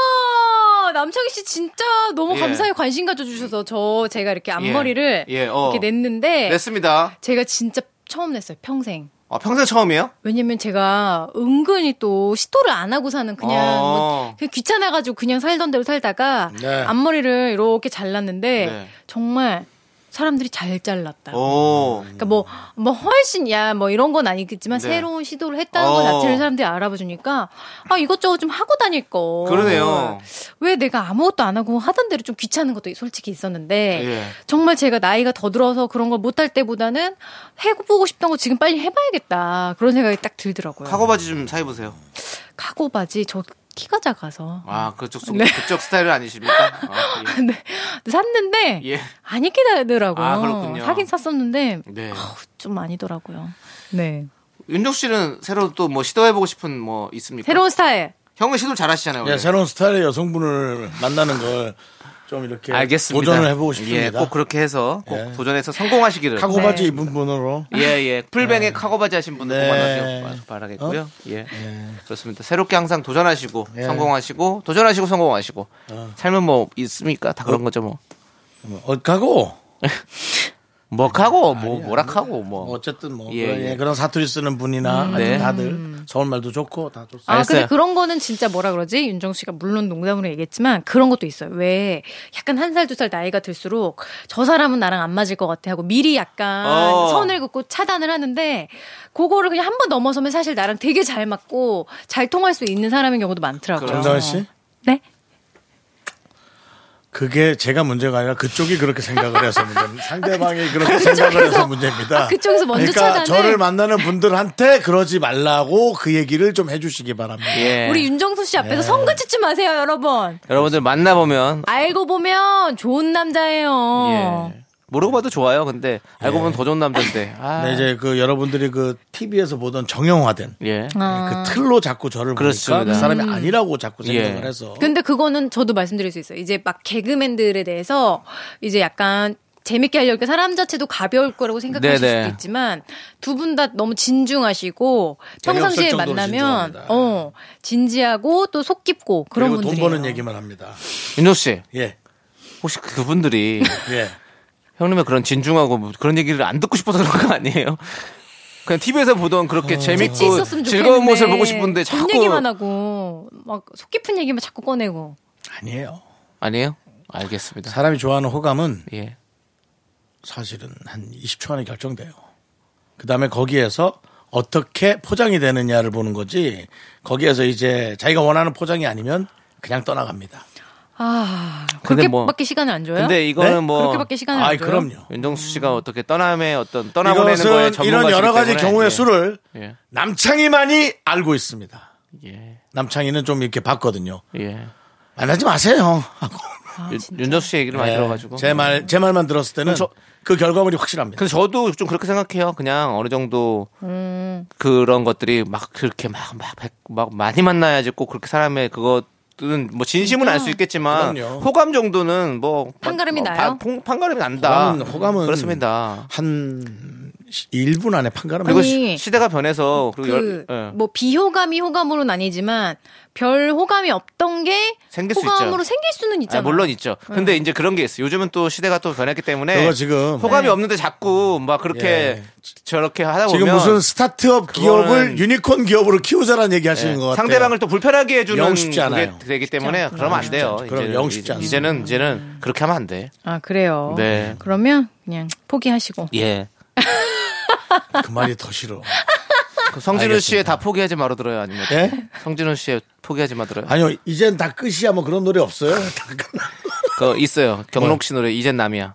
[SPEAKER 7] 우와 남창희 씨 진짜 너무
[SPEAKER 2] 예.
[SPEAKER 7] 감사히 관심 가져주셔서 저 제가 이렇게 앞머리를
[SPEAKER 2] 예, 어.
[SPEAKER 7] 이렇게 냈는데
[SPEAKER 2] 냈습니다.
[SPEAKER 7] 제가 진짜 처음 냈어요 평생.
[SPEAKER 2] 어, 평생 처음이에요?
[SPEAKER 7] 왜냐면 제가 은근히 또 시도를 안 하고 사는 그냥,
[SPEAKER 2] 어.
[SPEAKER 7] 뭐 그냥 귀찮아가지고 그냥 살던 대로 살다가
[SPEAKER 1] 네.
[SPEAKER 7] 앞머리를 이렇게 잘랐는데
[SPEAKER 2] 네.
[SPEAKER 7] 정말 사람들이 잘 잘랐다.
[SPEAKER 2] 오.
[SPEAKER 7] 그러니까 뭐, 뭐 훨씬 야, 뭐 이런 건 아니겠지만
[SPEAKER 2] 네.
[SPEAKER 7] 새로운 시도를 했다는 것
[SPEAKER 2] 어.
[SPEAKER 7] 자체를 사람들이 알아봐주니까 아, 이것저것 좀 하고 다닐 거.
[SPEAKER 2] 그러네요.
[SPEAKER 7] 왜 내가 아무것도 안 하고 하던 대로 좀 귀찮은 것도 솔직히 있었는데
[SPEAKER 2] 예.
[SPEAKER 7] 정말 제가 나이가 더 들어서 그런 걸 못할 때보다는 해보고 싶던 거 지금 빨리 해봐야겠다. 그런 생각이 딱 들더라고요.
[SPEAKER 2] 카고 바지 좀 사입으세요.
[SPEAKER 7] 카고 바지 저 키가 작아서
[SPEAKER 2] 아, 그쪽, 속-
[SPEAKER 7] 네.
[SPEAKER 2] 그쪽 스타일은 아니십니까? 아, 예.
[SPEAKER 7] 네. 샀는데
[SPEAKER 2] 예.
[SPEAKER 7] 안 입게 되더라고요.
[SPEAKER 2] 아, 그렇군요.
[SPEAKER 7] 사긴 샀었는데
[SPEAKER 2] 네.
[SPEAKER 7] 아우, 좀 아니더라고요. 네.
[SPEAKER 2] 윤종 씨는 새로 또 뭐 시도해보고 싶은 뭐 있습니까?
[SPEAKER 7] 새로운 스타일.
[SPEAKER 2] 형은 시도 잘하시잖아요.
[SPEAKER 1] 예,
[SPEAKER 2] 원래.
[SPEAKER 1] 새로운 스타일의 여성분을 만나는 걸 좀 이렇게
[SPEAKER 2] 알겠습니다.
[SPEAKER 1] 예, 도전을 해보고
[SPEAKER 2] 예,
[SPEAKER 1] 싶습니다.
[SPEAKER 2] 꼭 그렇게 해서 꼭
[SPEAKER 1] 예.
[SPEAKER 2] 도전해서 성공하시기를.
[SPEAKER 1] 카고
[SPEAKER 7] 네.
[SPEAKER 1] 바지 입은 분으로
[SPEAKER 2] 예, 예. 풀뱅에 카고 바지 하신 분들
[SPEAKER 1] 네. 어?
[SPEAKER 2] 꼭 만나시길 바라겠고요. 예. 그렇습니다. 새롭게 항상 도전하시고
[SPEAKER 1] 예.
[SPEAKER 2] 성공하시고 도전하시고 성공하시고 삶은 뭐 있습니까? 다 그런 거죠 뭐.
[SPEAKER 1] 어, 가고
[SPEAKER 2] 뭐 하고 뭐 뭐라 하고 뭐.
[SPEAKER 1] 어쨌든 뭐
[SPEAKER 2] 예,
[SPEAKER 1] 그런, 예,
[SPEAKER 2] 예.
[SPEAKER 1] 그런 사투리 쓰는 분이나 아니면
[SPEAKER 2] 네.
[SPEAKER 1] 다들 서울말도 좋고 다 좋습니다.
[SPEAKER 7] 아,
[SPEAKER 2] 알았어요.
[SPEAKER 7] 근데 그런 거는 진짜 뭐라 그러지? 윤정 씨가 물론 농담으로 얘기했지만 그런 것도 있어요. 왜 약간 한 살, 두 살 나이가 들수록 저 사람은 나랑 안 맞을 것 같아 하고 미리 약간
[SPEAKER 2] 어.
[SPEAKER 7] 선을 긋고 차단을 하는데 그거를 그냥 한 번 넘어서면 사실 나랑 되게 잘 맞고 잘 통할 수 있는 사람인 경우도 많더라고요.
[SPEAKER 1] 정다은 씨
[SPEAKER 7] 네?
[SPEAKER 1] 그게 제가 문제가 아니라 그쪽이 그렇게 생각을 해서 문제입니다. 상대방이 그렇게 생각을 해서 문제입니다.
[SPEAKER 7] 아, 그쪽에서 먼저
[SPEAKER 1] 그러니까
[SPEAKER 7] 차단을-
[SPEAKER 1] 저를 만나는 분들한테 그러지 말라고 그 얘기를 좀 해주시기 바랍니다.
[SPEAKER 2] 예.
[SPEAKER 7] 우리 윤정수 씨
[SPEAKER 1] 네.
[SPEAKER 7] 앞에서 성그치지 마세요, 여러분.
[SPEAKER 2] 여러분들 만나 보면
[SPEAKER 7] 알고 보면 좋은 남자예요.
[SPEAKER 2] 예. 모르고 봐도 좋아요. 근데 알고
[SPEAKER 7] 예.
[SPEAKER 2] 보면 더 좋은 남자인데. 아.
[SPEAKER 1] 네, 이제 그 여러분들이 그 TV에서 보던 정형화된
[SPEAKER 2] 예.
[SPEAKER 7] 아.
[SPEAKER 1] 그 틀로 자꾸 저를
[SPEAKER 2] 그렇습니다. 음.
[SPEAKER 1] 보니까 그 사람이 아니라고 자꾸 생각을
[SPEAKER 2] 예.
[SPEAKER 1] 해서
[SPEAKER 7] 근데 그거는 저도 말씀드릴 수 있어요. 이제 막 개그맨들에 대해서 이제 약간 재밌게 하려니까 사람 자체도 가벼울 거라고 생각하실
[SPEAKER 2] 네네.
[SPEAKER 7] 수도 있지만 두 분 다 너무 진중하시고 평상시에
[SPEAKER 1] 재미없을 정도로
[SPEAKER 7] 만나면
[SPEAKER 1] 진중합니다.
[SPEAKER 7] 어 진지하고 또 속 깊고 그런
[SPEAKER 1] 그리고 돈
[SPEAKER 7] 분들이
[SPEAKER 1] 버는 얘기만 합니다.
[SPEAKER 2] 윤종 씨,
[SPEAKER 1] 예,
[SPEAKER 2] 혹시 그분들이
[SPEAKER 1] 예.
[SPEAKER 2] 형님의 그런 진중하고 뭐 그런 얘기를 안 듣고 싶어서 그런 거 아니에요? 그냥 TV에서 보던 그렇게
[SPEAKER 7] 같이
[SPEAKER 2] 재밌고
[SPEAKER 7] 있었으면 어. 좋겠는데.
[SPEAKER 2] 즐거운 모습을 보고 싶은데
[SPEAKER 7] 돈
[SPEAKER 2] 자꾸
[SPEAKER 7] 얘기만 하고 막 속 깊은 얘기만 자꾸 꺼내고.
[SPEAKER 1] 아니에요.
[SPEAKER 2] 아니에요? 알겠습니다.
[SPEAKER 1] 사람이 좋아하는 호감은
[SPEAKER 2] 예.
[SPEAKER 1] 사실은 한 20초 안에 결정돼요. 그 다음에 거기에서 어떻게 포장이 되느냐를 보는 거지 거기에서 이제 자기가 원하는 포장이 아니면 그냥 떠나갑니다.
[SPEAKER 7] 아,
[SPEAKER 2] 근데
[SPEAKER 7] 그렇게밖에
[SPEAKER 2] 뭐-
[SPEAKER 7] 시간을 안 줘요?
[SPEAKER 2] 근데 이거는
[SPEAKER 1] 네?
[SPEAKER 2] 뭐
[SPEAKER 7] 그렇게밖에 시간을
[SPEAKER 1] 아,
[SPEAKER 7] 안 줘요.
[SPEAKER 1] 그럼요.
[SPEAKER 2] 윤정수 씨가 어떻게 떠남의 어떤 떠나보내는 거에
[SPEAKER 1] 이것은
[SPEAKER 2] 전문가시기
[SPEAKER 1] 이런 여러 가지
[SPEAKER 2] 때문에.
[SPEAKER 1] 경우의
[SPEAKER 2] 예.
[SPEAKER 1] 수를
[SPEAKER 2] 예.
[SPEAKER 1] 남창희만이 알고 있습니다.
[SPEAKER 2] 예.
[SPEAKER 1] 남창희는 좀 이렇게 봤거든요.
[SPEAKER 2] 예.
[SPEAKER 1] 만나지 마세요. 하고.
[SPEAKER 7] 아,
[SPEAKER 2] 윤-
[SPEAKER 7] 진짜.
[SPEAKER 2] 윤정수 씨 얘기를 많이 들어가지고.
[SPEAKER 1] 네. 제 말, 제 말만 들었을 때는
[SPEAKER 2] 저-
[SPEAKER 1] 그 결과물이 확실합니다.
[SPEAKER 2] 근데 저도 좀 그렇게 생각해요. 그냥 어느 정도 그런 것들이 막 그렇게 막, 막, 백- 막 많이 만나야지 꼭 그렇게 사람의 그것은 뭐 진심은 알 수 있겠지만
[SPEAKER 1] 그럼요.
[SPEAKER 2] 호감 정도는 뭐
[SPEAKER 7] 판가름이
[SPEAKER 2] 뭐
[SPEAKER 7] 나요?
[SPEAKER 2] 판- 판- 판가름이 난다.
[SPEAKER 1] 호감은- 호감은
[SPEAKER 2] 그렇습니다.
[SPEAKER 1] 한 1분 안에 판가름 하고
[SPEAKER 2] 그리고
[SPEAKER 7] 아니,
[SPEAKER 2] 시- 시대가 변해서 그리고
[SPEAKER 7] 그,
[SPEAKER 2] 열- 예.
[SPEAKER 7] 뭐, 비호감이 호감으로는 아니지만, 별 호감이 없던 게,
[SPEAKER 2] 생길 수
[SPEAKER 7] 호감으로
[SPEAKER 2] 있죠.
[SPEAKER 7] 생길 수는 있잖아.
[SPEAKER 2] 아, 물론 있죠. 근데 이제 그런 게 있어요. 요즘은 또 시대가 또 변했기 때문에
[SPEAKER 1] 그거 지금-
[SPEAKER 2] 호감이
[SPEAKER 7] 네.
[SPEAKER 2] 없는데 자꾸 막 그렇게
[SPEAKER 1] 예.
[SPEAKER 2] 저렇게 하다 보면
[SPEAKER 1] 지금 무슨 스타트업
[SPEAKER 2] 그거는-
[SPEAKER 1] 기업을 유니콘 기업으로 키우자라는 얘기 하시는 것 같아요.
[SPEAKER 2] 네, 상대방을 또 불편하게 해주는
[SPEAKER 1] 영 쉽지 않아요.
[SPEAKER 2] 게 되기 때문에 그러면 안 돼요.
[SPEAKER 1] 않죠. 그럼
[SPEAKER 2] 이제는-
[SPEAKER 1] 영 쉽지 않습니다.
[SPEAKER 2] 이제는 이제는 그렇게 하면 안 돼.
[SPEAKER 7] 아, 그래요.
[SPEAKER 2] 네.
[SPEAKER 7] 그러면, 그냥, 포기하시고.
[SPEAKER 2] 예.
[SPEAKER 1] 그 말이 더 싫어.
[SPEAKER 2] 그 성진우
[SPEAKER 1] 알겠습니다.
[SPEAKER 2] 씨의 다 포기하지 마로 들어요 아니면
[SPEAKER 1] 예?
[SPEAKER 2] 성진우 씨의 포기하지 마 들어요.
[SPEAKER 1] 아니요, 이젠 다 끝이야. 뭐 그런 노래 없어요. 다 끝나.
[SPEAKER 2] 그 있어요.
[SPEAKER 1] 뭐.
[SPEAKER 2] 경록 씨 노래 이젠 남이야.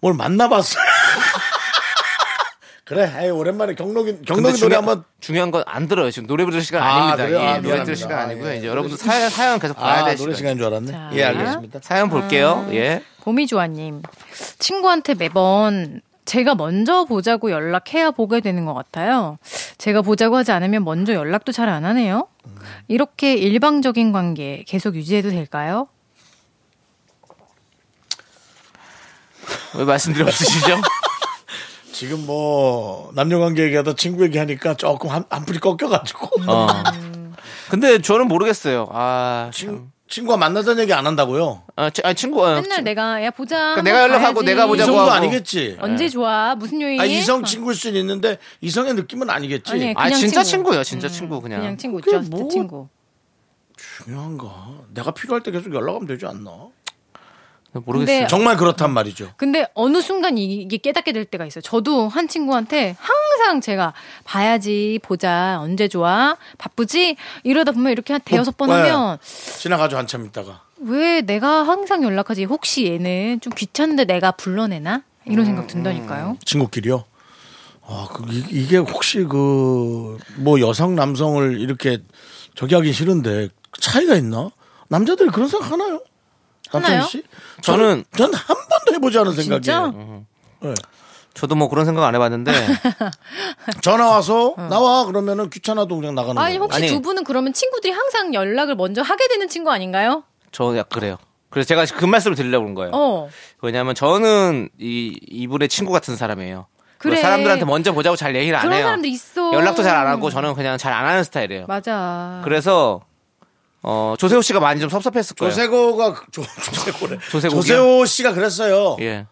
[SPEAKER 1] 뭘 만나봤어요. 그래, 아이, 오랜만에 경록이,
[SPEAKER 2] 근데
[SPEAKER 1] 경록이 노래
[SPEAKER 2] 중요한,
[SPEAKER 1] 한번.
[SPEAKER 2] 중요한 건 안 들어요. 지금 노래 부를 시간
[SPEAKER 1] 아,
[SPEAKER 2] 아, 닙니다
[SPEAKER 1] 그래요? 아,
[SPEAKER 2] 예, 노래
[SPEAKER 1] 미안합니다.
[SPEAKER 2] 들을 시간
[SPEAKER 1] 아,
[SPEAKER 2] 아니고요.
[SPEAKER 1] 예.
[SPEAKER 2] 이제 여러분들 사연 사연 계속 봐야
[SPEAKER 1] 아,
[SPEAKER 2] 될
[SPEAKER 1] 노래
[SPEAKER 2] 시간.
[SPEAKER 1] 시간인 줄 알았네.
[SPEAKER 7] 자.
[SPEAKER 1] 예, 알겠습니다.
[SPEAKER 2] 사연 볼게요.
[SPEAKER 1] 아.
[SPEAKER 2] 예.
[SPEAKER 7] 보미조아님, 친구한테 매번 제가 먼저 보자고 연락해야 보게 되는 것 같아요. 제가 보자고 하지 않으면 먼저 연락도 잘 안 하네요. 이렇게 일방적인 관계 계속 유지해도 될까요?
[SPEAKER 2] 왜 말씀드려 없으시죠?
[SPEAKER 1] 지금 뭐, 남녀 관계 얘기하다 친구 얘기하니까 조금 한, 한풀이 꺾여가지고.
[SPEAKER 2] 어. 근데 저는 모르겠어요. 아, 참.
[SPEAKER 1] 친- 친구가 만나자는 얘기 안 한다고요?
[SPEAKER 2] 아, 치- 아, 친구, 아,
[SPEAKER 7] 맨날 내가 야 보자.
[SPEAKER 2] 그러니까
[SPEAKER 7] 한번
[SPEAKER 2] 내가 연락하고
[SPEAKER 7] 봐야지.
[SPEAKER 2] 내가
[SPEAKER 1] 이
[SPEAKER 2] 보자고 네.
[SPEAKER 1] 정도
[SPEAKER 2] 하고.
[SPEAKER 1] 아니겠지.
[SPEAKER 7] 언제 좋아? 무슨 요일이?
[SPEAKER 1] 아, 이성 친구일 수는 있는데, 이성의 느낌은 아니겠지.
[SPEAKER 7] 아니,
[SPEAKER 2] 아
[SPEAKER 7] 네, 그냥
[SPEAKER 2] 진짜
[SPEAKER 7] 친구. 음,
[SPEAKER 2] 친구. 예요 진짜 친구 그냥.
[SPEAKER 7] 그냥 친구,
[SPEAKER 1] 그게
[SPEAKER 7] 저스트
[SPEAKER 1] 뭐-
[SPEAKER 7] 친구.
[SPEAKER 1] 중요한가? 내가 필요할 때 계속 연락하면 되지 않나?
[SPEAKER 2] 모르겠어요.
[SPEAKER 7] 근데-
[SPEAKER 1] 정말 그렇단 말이죠.
[SPEAKER 7] 근데 어느 순간 이- 이게 깨닫게 될 때가 있어요. 저도 한 친구한테 항상 제가 봐야지, 보자, 언제 좋아, 바쁘지? 이러다 보면 이렇게 한 대여섯 번
[SPEAKER 1] 네.
[SPEAKER 7] 하면
[SPEAKER 1] 지나가죠 한참 있다가
[SPEAKER 7] 왜 내가 항상 연락하지? 혹시 얘는 좀 귀찮은데 내가 불러내나? 이런 생각 든다니까요.
[SPEAKER 1] 음. 친구끼리요. 아, 그, 이- 이게 혹시 그, 뭐 여성 남성을 이렇게 저기 하기 싫은데 차이가 있나? 남자들이 그런 생각 하나요? 남창희
[SPEAKER 7] 하나요?
[SPEAKER 1] 씨?
[SPEAKER 2] 저는-
[SPEAKER 1] 저는 한 번도 해보지 않은
[SPEAKER 7] 진짜?
[SPEAKER 1] 생각이에요. 네.
[SPEAKER 2] 저도 뭐 그런 생각 안 해봤는데
[SPEAKER 1] 전화 와서 나와 그러면은 귀찮아 동생 나가는
[SPEAKER 7] 어. 아니,
[SPEAKER 1] 거.
[SPEAKER 7] 혹시
[SPEAKER 2] 아니.
[SPEAKER 7] 두 분은 그러면 친구들이 항상 연락을 먼저 하게 되는 친구 아닌가요?
[SPEAKER 2] 저 약 그래요. 그래서 제가 그 말씀을 드리려고 그런 거예요.
[SPEAKER 7] 어.
[SPEAKER 2] 왜냐하면 저는 이 이분의 친구 같은 사람이에요.
[SPEAKER 7] 그래.
[SPEAKER 2] 사람들한테 먼저 보자고 잘 얘기를 안
[SPEAKER 7] 그런
[SPEAKER 2] 해요.
[SPEAKER 7] 사람들 있어.
[SPEAKER 2] 연락도 잘 안 하고 저는 그냥 잘 안 하는 스타일이에요.
[SPEAKER 7] 맞아.
[SPEAKER 2] 그래서 어 조세호 씨가 많이 좀 섭섭했을 거예요.
[SPEAKER 1] 조세호가 그- 조, 조세호래.
[SPEAKER 2] 조세호기요?
[SPEAKER 1] 조세호 씨가 그랬어요.
[SPEAKER 2] 예.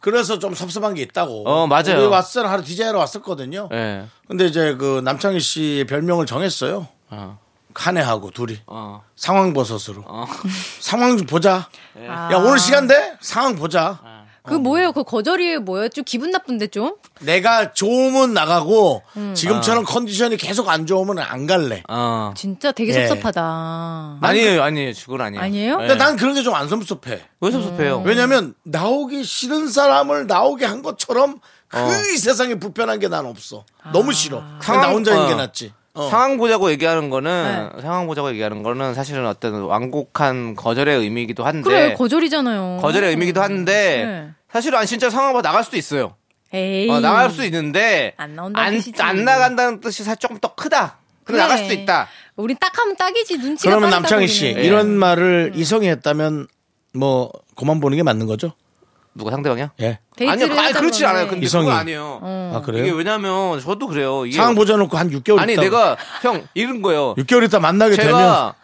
[SPEAKER 1] 그래서 좀 섭섭한 게 있다고.
[SPEAKER 2] 어, 맞아요.
[SPEAKER 1] 우리 왔을 하루 디자이너 왔었거든요.
[SPEAKER 2] 예.
[SPEAKER 1] 근데 이제 그 남창희 씨 별명을 정했어요.
[SPEAKER 2] 어.
[SPEAKER 1] 카네하고 둘이
[SPEAKER 2] 어.
[SPEAKER 1] 상황 버섯으로 상황 좀 보자.
[SPEAKER 2] 예.
[SPEAKER 1] 야 오늘 시간 돼? 상황 보자.
[SPEAKER 2] 아.
[SPEAKER 7] 그 뭐예요? 그 거절이 뭐예요? 좀 기분 나쁜데 좀?
[SPEAKER 1] 내가 좋으면 나가고 지금처럼
[SPEAKER 2] 아.
[SPEAKER 1] 컨디션이 계속 안 좋으면 안 갈래.
[SPEAKER 2] 어.
[SPEAKER 7] 진짜 되게
[SPEAKER 1] 예.
[SPEAKER 7] 섭섭하다.
[SPEAKER 2] 아니에요, 아니에요. 그건 아니에요.
[SPEAKER 7] 아니에요? 음.
[SPEAKER 2] 예.
[SPEAKER 1] 근데 난 그런 게 좀 안 섭섭해.
[SPEAKER 2] 왜 섭섭해요?
[SPEAKER 1] 어. 왜냐면 나오기 싫은 사람을 나오게 한 것처럼 그 이 세상에 불편한 게 난 없어.
[SPEAKER 7] 아.
[SPEAKER 1] 너무 싫어. 그냥 나 혼자 있는 게
[SPEAKER 2] 어.
[SPEAKER 1] 낫지. 어.
[SPEAKER 2] 상황 보자고 얘기하는 거는
[SPEAKER 7] 네.
[SPEAKER 2] 상황 보자고 얘기하는 거는 사실은 어떤 완곡한 거절의 의미이기도 한데
[SPEAKER 7] 그래 거절이잖아요.
[SPEAKER 2] 거절의 의미이기도 한데
[SPEAKER 7] 네.
[SPEAKER 2] 사실은 안 진짜 상황 봐 나갈 수도 있어요.
[SPEAKER 7] 에이.
[SPEAKER 2] 어, 나갈 수 있는데
[SPEAKER 7] 안 나온다는
[SPEAKER 2] 안-
[SPEAKER 7] 뜻이지.
[SPEAKER 2] 안 나간다는 뜻이 사 조금 더 크다. 근데
[SPEAKER 7] 그래.
[SPEAKER 2] 나갈 수도 있다.
[SPEAKER 7] 우리 딱 하면 딱이지 눈치가
[SPEAKER 1] 그러면
[SPEAKER 7] 빠르다,
[SPEAKER 1] 남창희 씨
[SPEAKER 7] 우리는. 네.
[SPEAKER 1] 이런 말을 이성이 했다면 뭐 그만 보는 게 맞는 거죠?
[SPEAKER 2] 누가 상대방이야?
[SPEAKER 1] 예.
[SPEAKER 7] 데이트를
[SPEAKER 2] 아니요, 아니,
[SPEAKER 7] 했다는 어.
[SPEAKER 2] 그렇지
[SPEAKER 7] 건데.
[SPEAKER 2] 않아요. 근데
[SPEAKER 1] 이성이.
[SPEAKER 2] 그거 아니에요.
[SPEAKER 1] 아
[SPEAKER 2] 이게
[SPEAKER 1] 그래요?
[SPEAKER 2] 왜냐면 저도 그래요. 이게
[SPEAKER 1] 상황 보자놓고 한 6개월
[SPEAKER 2] 아니
[SPEAKER 1] 있다.
[SPEAKER 2] 내가 형 이런 거예요.
[SPEAKER 1] 6개월 있다 만나게 되면
[SPEAKER 2] 제가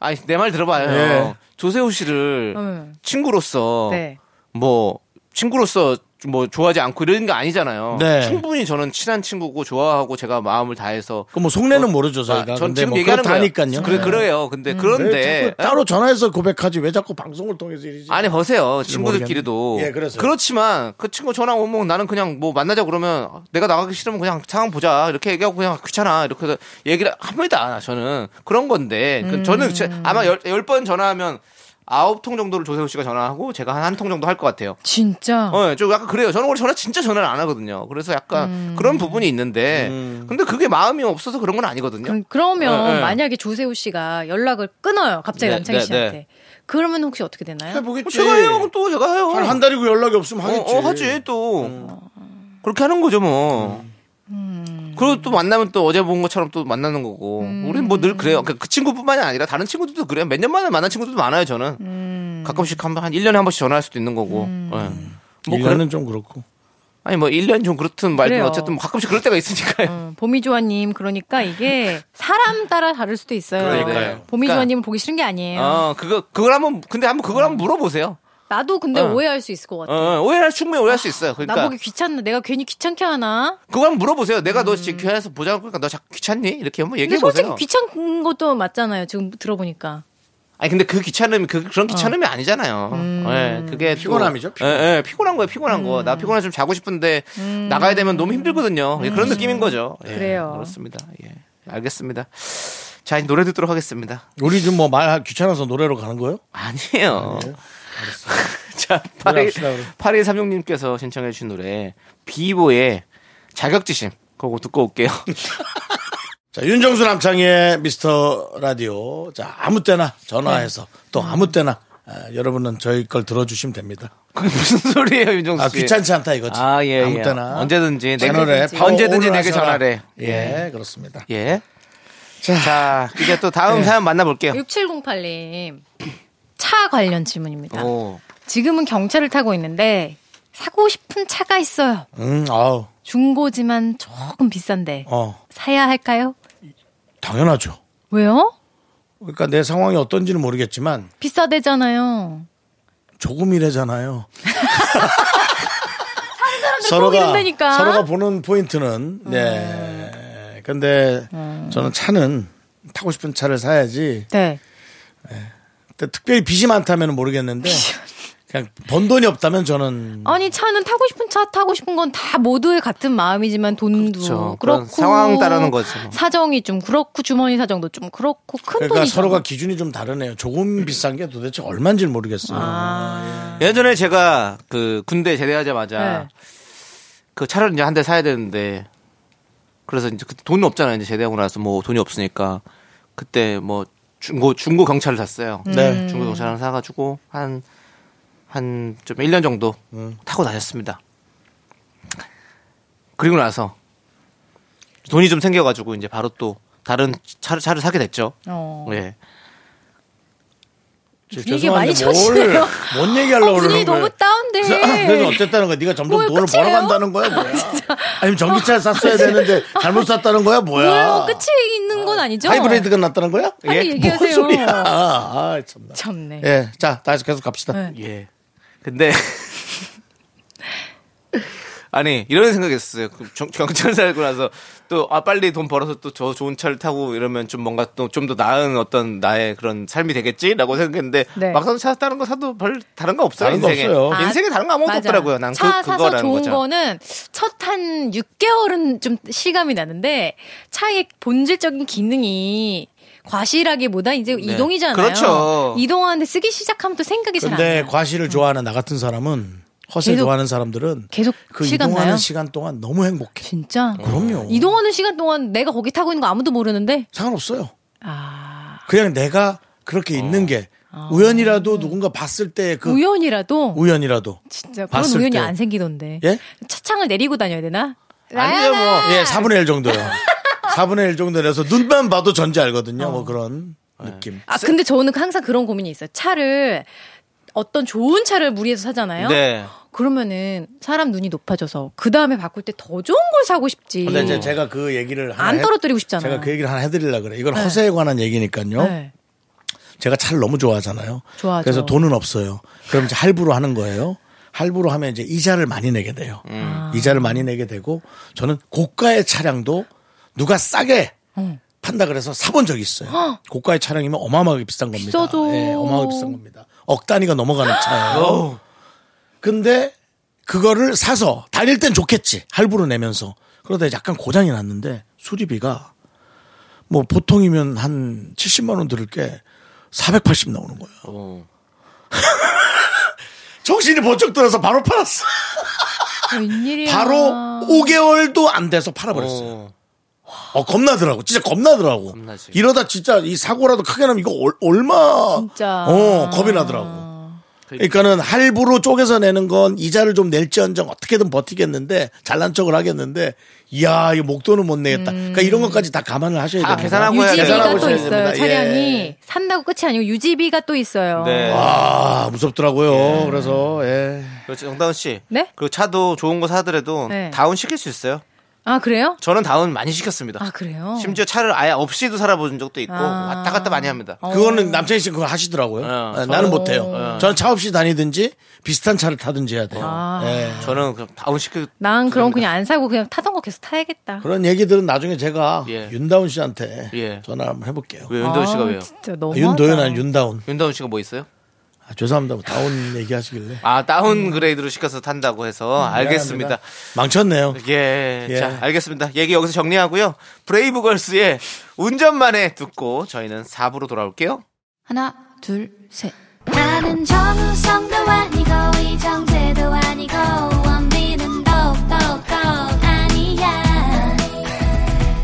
[SPEAKER 2] 아니 내 말 들어봐요.
[SPEAKER 1] 예.
[SPEAKER 2] 조세호 씨를
[SPEAKER 7] 음.
[SPEAKER 2] 친구로서
[SPEAKER 7] 네.
[SPEAKER 2] 뭐 친구로서 좀뭐 좋아하지 않고 이런 게 아니잖아요.
[SPEAKER 1] 네.
[SPEAKER 2] 충분히 저는 친한 친구고 좋아하고 제가 마음을 다해서
[SPEAKER 1] 그럼 뭐 속내는 모르죠 저희가.
[SPEAKER 2] 아, 전
[SPEAKER 1] 근데
[SPEAKER 2] 지금
[SPEAKER 1] 뭐
[SPEAKER 2] 얘기하는 거예요.
[SPEAKER 1] 그렇다니까요.
[SPEAKER 2] 그래
[SPEAKER 1] 네.
[SPEAKER 2] 그래요. 근데
[SPEAKER 1] 왜
[SPEAKER 2] 그런데
[SPEAKER 1] 자꾸 따로 전화해서 고백하지 왜 자꾸 방송을 통해서 이러지?
[SPEAKER 2] 아니 보세요 친구들끼리도
[SPEAKER 1] 모르겠네. 예, 그래서요.
[SPEAKER 2] 그렇지만 그 친구 전화 오면 나는 그냥 뭐 만나자 그러면 내가 나가기 싫으면 그냥 상황 보자 이렇게 얘기하고 그냥 귀찮아 이렇게 해서 얘기를 합니다 저는 그런 건데 그 저는 제- 아마 열 열 번 전화하면 아홉 통 정도를 조세호 씨가 전화하고 제가 한 한 통 정도 할 것 같아요.
[SPEAKER 7] 진짜.
[SPEAKER 2] 어, 좀 약간 그래요. 저는 원래 전화 진짜 전화를 안 하거든요. 그래서 약간
[SPEAKER 7] 음.
[SPEAKER 2] 그런 부분이 있는데,
[SPEAKER 1] 음.
[SPEAKER 2] 근데 그게 마음이 없어서 그런 건 아니거든요.
[SPEAKER 7] 그럼, 그러면
[SPEAKER 2] 네, 네.
[SPEAKER 7] 만약에 조세호 씨가 연락을 끊어요. 갑자기
[SPEAKER 2] 네,
[SPEAKER 7] 남창희
[SPEAKER 2] 네,
[SPEAKER 7] 씨한테.
[SPEAKER 2] 네.
[SPEAKER 7] 그러면 혹시 어떻게 되나요?
[SPEAKER 1] 해보겠지.
[SPEAKER 2] 어, 제가 해요. 그럼 또 제가 해요.
[SPEAKER 1] 한, 한 달이고 연락이 없으면
[SPEAKER 2] 어,
[SPEAKER 1] 하겠지.
[SPEAKER 2] 어, 하지 또
[SPEAKER 7] 음.
[SPEAKER 2] 그렇게 하는 거죠 뭐. 그리고 또 만나면 또 어제 본 것처럼 또 만나는 거고.
[SPEAKER 7] 음.
[SPEAKER 2] 우리는 뭐 늘 그래요. 그러니까 그 친구뿐만이 아니라 다른 친구들도 그래요. 몇 년 만에 만난 친구들도 많아요, 저는.
[SPEAKER 7] 음.
[SPEAKER 2] 가끔씩 한, 한 1년에 한 번씩 전화할 수도 있는 거고. 예. 뭐,
[SPEAKER 1] 뭐
[SPEAKER 2] 그래,
[SPEAKER 1] 그거는 좀 그렇고.
[SPEAKER 2] 아니, 뭐, 1년 좀 그렇든 말든
[SPEAKER 7] 그래요.
[SPEAKER 2] 어쨌든 뭐 가끔씩 그럴 때가 있으니까요.
[SPEAKER 7] 어, 보미조아님 그러니까 이게 사람 따라 다를 수도 있어요. 네.
[SPEAKER 2] 그러니까요.
[SPEAKER 7] 보미조아님은 보기 싫은 게 아니에요.
[SPEAKER 2] 어, 그거, 그걸 한번, 근데 한번 그걸 한번 물어보세요.
[SPEAKER 7] 나도 근데
[SPEAKER 2] 어.
[SPEAKER 7] 오해할 수 있을 것 같아.
[SPEAKER 2] 어, 어, 오해할, 충분히 오해할 수 있어요. 그러니까.
[SPEAKER 7] 나보기 귀찮나? 내가 괜히 귀찮게 하나?
[SPEAKER 2] 그거 한번 물어보세요. 내가 너 지금 귀해서 보자고 그러니까 너 자꾸 귀찮니? 이렇게 한번
[SPEAKER 7] 근데
[SPEAKER 2] 얘기해보세요.
[SPEAKER 7] 솔직히 귀찮은 것도 맞잖아요. 지금 들어보니까.
[SPEAKER 2] 아니 근데 그 귀찮음이 그 그런
[SPEAKER 7] 어.
[SPEAKER 2] 귀찮음이 아니잖아요. 예, 그게 또-
[SPEAKER 1] 피곤함이죠, 피곤.
[SPEAKER 2] 예, 예, 피곤한 거예요. 피곤한 거.
[SPEAKER 7] 음.
[SPEAKER 2] 나 피곤해 서좀 자고 싶은데 나가야 되면 너무 힘들거든요. 예, 그런 느낌인 거죠. 예,
[SPEAKER 7] 음. 그래요.
[SPEAKER 2] 그렇습니다. 예, 알겠습니다. 자 이제 노래 듣도록 하겠습니다.
[SPEAKER 1] 우리 지금 뭐말 귀찮아서 노래로 가는 거예요?
[SPEAKER 2] 아니에요. 자 파리
[SPEAKER 1] 합시다, 그럼.
[SPEAKER 2] 파리 삼육님께서 신청해 주신 노래 비보의 자격지심 그거 듣고 올게요.
[SPEAKER 1] 자, 윤정수 남창의 미스터 라디오. 자, 아무 때나 전화해서
[SPEAKER 2] 네. 음.
[SPEAKER 1] 또 아무 때나 아, 여러분은 저희 걸 들어주시면 됩니다.
[SPEAKER 2] 그게 무슨 소리예요, 윤정수
[SPEAKER 1] 아,
[SPEAKER 2] 씨?
[SPEAKER 1] 귀찮지 않다 이거지.
[SPEAKER 2] 아, 예,
[SPEAKER 1] 아무
[SPEAKER 2] 예.
[SPEAKER 1] 때나.
[SPEAKER 2] 언제든지 내게-
[SPEAKER 1] 채널에 파워
[SPEAKER 2] 언제든지
[SPEAKER 1] 온을
[SPEAKER 2] 내게
[SPEAKER 1] 하셔라.
[SPEAKER 2] 전화를 해.
[SPEAKER 1] 예, 그렇습니다.
[SPEAKER 2] 예. 자, 이제 또 다음
[SPEAKER 1] 네.
[SPEAKER 2] 사연 만나볼게요.
[SPEAKER 7] 6708님. 차 관련 질문입니다.
[SPEAKER 2] 오.
[SPEAKER 7] 지금은 경차를 타고 있는데 사고 싶은 차가 있어요.
[SPEAKER 1] 음, 아우,
[SPEAKER 7] 중고지만 조금 비싼데
[SPEAKER 1] 어,
[SPEAKER 7] 사야 할까요?
[SPEAKER 1] 당연하죠.
[SPEAKER 7] 왜요?
[SPEAKER 1] 그러니까 내 상황이 어떤지는 모르겠지만
[SPEAKER 7] 비싸대잖아요.
[SPEAKER 1] 조금이래잖아요.
[SPEAKER 7] 이런다니까. 어.
[SPEAKER 1] 서로가 보는 포인트는 네. 근데 저는 차는 타고 싶은 차를 사야지.
[SPEAKER 7] 네.
[SPEAKER 1] 근데 특별히 빚이 많다면 모르겠는데 그냥 번 돈이 없다면 저는
[SPEAKER 7] 아니 차는 타고 싶은 차 타고 싶은 건 다 모두의 같은 마음이지만 돈도
[SPEAKER 2] 그렇죠.
[SPEAKER 7] 그렇
[SPEAKER 2] 그런
[SPEAKER 7] 고
[SPEAKER 2] 상황 따르는 거죠.
[SPEAKER 7] 사정이 좀 그렇고 주머니 사정도 좀 그렇고 큰
[SPEAKER 1] 그러니까
[SPEAKER 7] 돈이죠.
[SPEAKER 1] 서로가 기준이 좀 다르네요. 조금 비싼 게 도대체 얼마인지 모르겠어요.
[SPEAKER 7] 아.
[SPEAKER 2] 네. 예전에 제가 그 군대 제대하자마자
[SPEAKER 7] 네.
[SPEAKER 2] 그 차를 이제 한 대 사야 되는데 그래서 이제 그 돈이 없잖아요. 이제 제대하고 나서 뭐 돈이 없으니까 그때 뭐 중고 중고 경찰을 샀어요.
[SPEAKER 7] 음.
[SPEAKER 1] 네.
[SPEAKER 2] 중고 경찰을 사가지고 한 한좀 1년 정도 타고 다녔습니다. 그리고 나서 돈이 좀 생겨가지고 이제 바로 또 다른 차를, 차를 사게 됐죠.
[SPEAKER 7] 어.
[SPEAKER 2] 예.
[SPEAKER 1] 저-
[SPEAKER 7] 분위기
[SPEAKER 1] 그 죄송한데
[SPEAKER 7] 많이
[SPEAKER 1] 뭘-
[SPEAKER 7] 처지네요.
[SPEAKER 1] 뭔 얘기하려고
[SPEAKER 7] 어,
[SPEAKER 1] 그러는 거예요?
[SPEAKER 7] 분위기 너무 다운돼.
[SPEAKER 1] 그래서- 그래서 어쨌다는 거야? 네가 점점
[SPEAKER 7] 뭐야,
[SPEAKER 1] 돈을
[SPEAKER 7] 끝이에요?
[SPEAKER 1] 벌어간다는 거야? 뭐야? 아니면 전기차를 샀어야 되는데 잘못 샀다는 거야? 뭐야?
[SPEAKER 7] 뭐예요? 끝이 있는 건 아니죠?
[SPEAKER 1] 하이브리드가 났다는 거야?
[SPEAKER 7] 빨리 얘기하세요.
[SPEAKER 1] 뭔 소리야? 아, 참나.
[SPEAKER 7] 참네.
[SPEAKER 1] 예, 자 다시 계속 갑시다.
[SPEAKER 7] 네.
[SPEAKER 2] 예. 근데 아니 이런 생각했어요. 그 정- 경찰 살고 나서 또 아 빨리 돈 벌어서 또 저 좋은 차를 타고 이러면 좀 뭔가 또 좀 더 나은 어떤 나의 그런 삶이 되겠지라고 생각했는데
[SPEAKER 7] 네.
[SPEAKER 2] 막상 차 다른 거 사도 별 다른 거 없어요.
[SPEAKER 1] 다른 거
[SPEAKER 2] 인생에
[SPEAKER 1] 없어요.
[SPEAKER 7] 아,
[SPEAKER 2] 인생에 다른 거 아무것도
[SPEAKER 7] 맞아.
[SPEAKER 2] 없더라고요. 난 그,
[SPEAKER 7] 차 사서
[SPEAKER 2] 그거라는
[SPEAKER 7] 좋은
[SPEAKER 2] 거죠.
[SPEAKER 7] 거는 첫 한 6개월은 좀 실감이 나는데 차의 본질적인 기능이 과실하기보다 이제 이동이잖아요.
[SPEAKER 2] 네. 그렇죠.
[SPEAKER 7] 이동하는데 쓰기 시작하면 또 생각이 잘 안
[SPEAKER 1] 근데
[SPEAKER 7] 나요. 네.
[SPEAKER 1] 과실을 좋아하는 나 같은 사람은 허세
[SPEAKER 7] 계속-
[SPEAKER 1] 좋아하는 사람들은
[SPEAKER 7] 계속
[SPEAKER 1] 그
[SPEAKER 7] 시간
[SPEAKER 1] 이동하는
[SPEAKER 7] 나요?
[SPEAKER 1] 시간 어. 동안 너무 행복해.
[SPEAKER 7] 진짜?
[SPEAKER 1] 그럼요.
[SPEAKER 7] 이동하는 시간 동안 내가 거기 타고 있는 거 아무도 모르는데
[SPEAKER 1] 상관없어요.
[SPEAKER 7] 아
[SPEAKER 1] 그냥 내가 그렇게 있는 게 우연이라도 누군가 봤을 때그
[SPEAKER 7] 어. 우연이라도
[SPEAKER 1] 우연이라도
[SPEAKER 7] 진짜 그런
[SPEAKER 1] 봤을
[SPEAKER 7] 우연이
[SPEAKER 1] 때.
[SPEAKER 7] 안 생기던데.
[SPEAKER 1] 예?
[SPEAKER 7] 차창을 내리고 다녀야 되나?
[SPEAKER 2] 아니죠 뭐.
[SPEAKER 1] 예, 4분의 1 정도요. 4분의 1 정도라서 눈만 봐도 전지 알거든요. 뭐 그런 느낌.
[SPEAKER 7] 어. 아 근데 저는 항상 그런 고민이 있어요. 차를 어떤 좋은 차를 무리해서 사잖아요.
[SPEAKER 2] 네.
[SPEAKER 7] 그러면은 사람 눈이 높아져서 그 다음에 바꿀 때 더 좋은 걸 사고 싶지.
[SPEAKER 1] 근데 이제 제가 그 얘기를 하나
[SPEAKER 7] 안
[SPEAKER 1] 해-
[SPEAKER 7] 떨어뜨리고 싶잖아요.
[SPEAKER 1] 제가 그 얘기를 하나 해드리려 그래. 이건 허세에 관한 얘기니까요.
[SPEAKER 7] 네.
[SPEAKER 1] 제가 차를 너무 좋아하잖아요.
[SPEAKER 7] 좋아하죠.
[SPEAKER 1] 그래서 돈은 없어요. 그럼 이제 할부로 하는 거예요. 할부로 하면 이제 이자를 많이 내게 돼요.
[SPEAKER 7] 음.
[SPEAKER 1] 아. 이자를 많이 내게 되고 저는 고가의 차량도 누가 싸게
[SPEAKER 7] 어.
[SPEAKER 1] 판다 그래서 사본 적이 있어요. 고가의 차량이면 어마어마하게 비싼 겁니다.
[SPEAKER 7] 비싸죠.
[SPEAKER 1] 예, 어마어마하게 비싼 겁니다. 억 단위가 넘어가는 차예요. 근데 그거를 사서 다닐 땐 좋겠지. 할부로 내면서. 그러다 이제 약간 고장이 났는데 수리비가 뭐 보통이면 한 70만 원 들을 게 480 나오는 거예요. 정신이 번쩍 들어서 바로 팔았어.
[SPEAKER 7] 어, 웬일이야.
[SPEAKER 1] 바로 5개월도 안 돼서 팔아버렸어요. 어, 겁나더라고. 진짜 겁나더라고.
[SPEAKER 2] 겁나지.
[SPEAKER 1] 이러다 진짜 이 사고라도 크게 나면 이거 얼- 얼마.
[SPEAKER 7] 진짜.
[SPEAKER 1] 어, 겁이 나더라고. 그러니까는 할부로 쪼개서 내는 건 이자를 좀 낼지언정 어떻게든 버티겠는데 잘난 척을 하겠는데 이야 이거 목돈은 못 내겠다. 그러니까 이런 것까지 다 감안을 하셔야
[SPEAKER 2] 다
[SPEAKER 1] 됩니다.
[SPEAKER 2] 계산하고 해야
[SPEAKER 7] 음. 유지비가
[SPEAKER 1] 계산하고
[SPEAKER 7] 또
[SPEAKER 1] 보셔야
[SPEAKER 7] 있어요.
[SPEAKER 1] 됩니다.
[SPEAKER 7] 차량이
[SPEAKER 1] 예.
[SPEAKER 7] 산다고 끝이 아니고 유지비가 또 있어요.
[SPEAKER 2] 네.
[SPEAKER 1] 아 무섭더라고요. 그래서 예.
[SPEAKER 2] 그렇죠. 정다은 씨.
[SPEAKER 7] 네?
[SPEAKER 2] 그리고 차도 좋은 거 사더라도
[SPEAKER 7] 네.
[SPEAKER 2] 다운 시킬 수 있어요.
[SPEAKER 7] 아 그래요?
[SPEAKER 2] 저는 다운 많이 시켰습니다.
[SPEAKER 7] 아 그래요?
[SPEAKER 2] 심지어 차를 아예 없이도 살아본 적도 있고
[SPEAKER 7] 아.
[SPEAKER 2] 왔다 갔다 많이 합니다.
[SPEAKER 1] 그거는 남창희 씨 그거 하시더라고요.
[SPEAKER 2] 어,
[SPEAKER 1] 예, 나는 못해요. 저는 차 없이 다니든지 비슷한 차를 타든지 해야 돼요.
[SPEAKER 7] 아.
[SPEAKER 1] 예.
[SPEAKER 2] 저는 그럼 다운 시켜
[SPEAKER 7] 난 그럼 그냥 안 사고 그냥 타던 거 계속 타야겠다.
[SPEAKER 1] 그런 얘기들은 나중에 제가
[SPEAKER 2] 예. 윤다운
[SPEAKER 1] 윤다운 씨한테
[SPEAKER 2] 예.
[SPEAKER 1] 전화 한번 해볼게요.
[SPEAKER 2] 왜 윤다운 씨가
[SPEAKER 7] 아,
[SPEAKER 2] 왜요?
[SPEAKER 7] 진짜 너무.
[SPEAKER 1] 윤도현 아니 윤다운.
[SPEAKER 2] 윤다운 씨가 뭐 있어요?
[SPEAKER 1] 아, 죄송합니다. 뭐 다운 얘기하시길래.
[SPEAKER 2] 아 다운그레이드로 시켜서 탄다고 해서 알겠습니다.
[SPEAKER 1] 미안합니다. 망쳤네요.
[SPEAKER 2] 예,
[SPEAKER 1] 예.
[SPEAKER 2] 자 알겠습니다. 얘기 여기서 정리하고요. 브레이브걸스의 운전만에 듣고 저희는 4부로 돌아올게요.
[SPEAKER 5] 하나, 둘, 셋.
[SPEAKER 8] 나는 정우성도 아니고 이정재도 아니고 원빈은 더욱더 아니야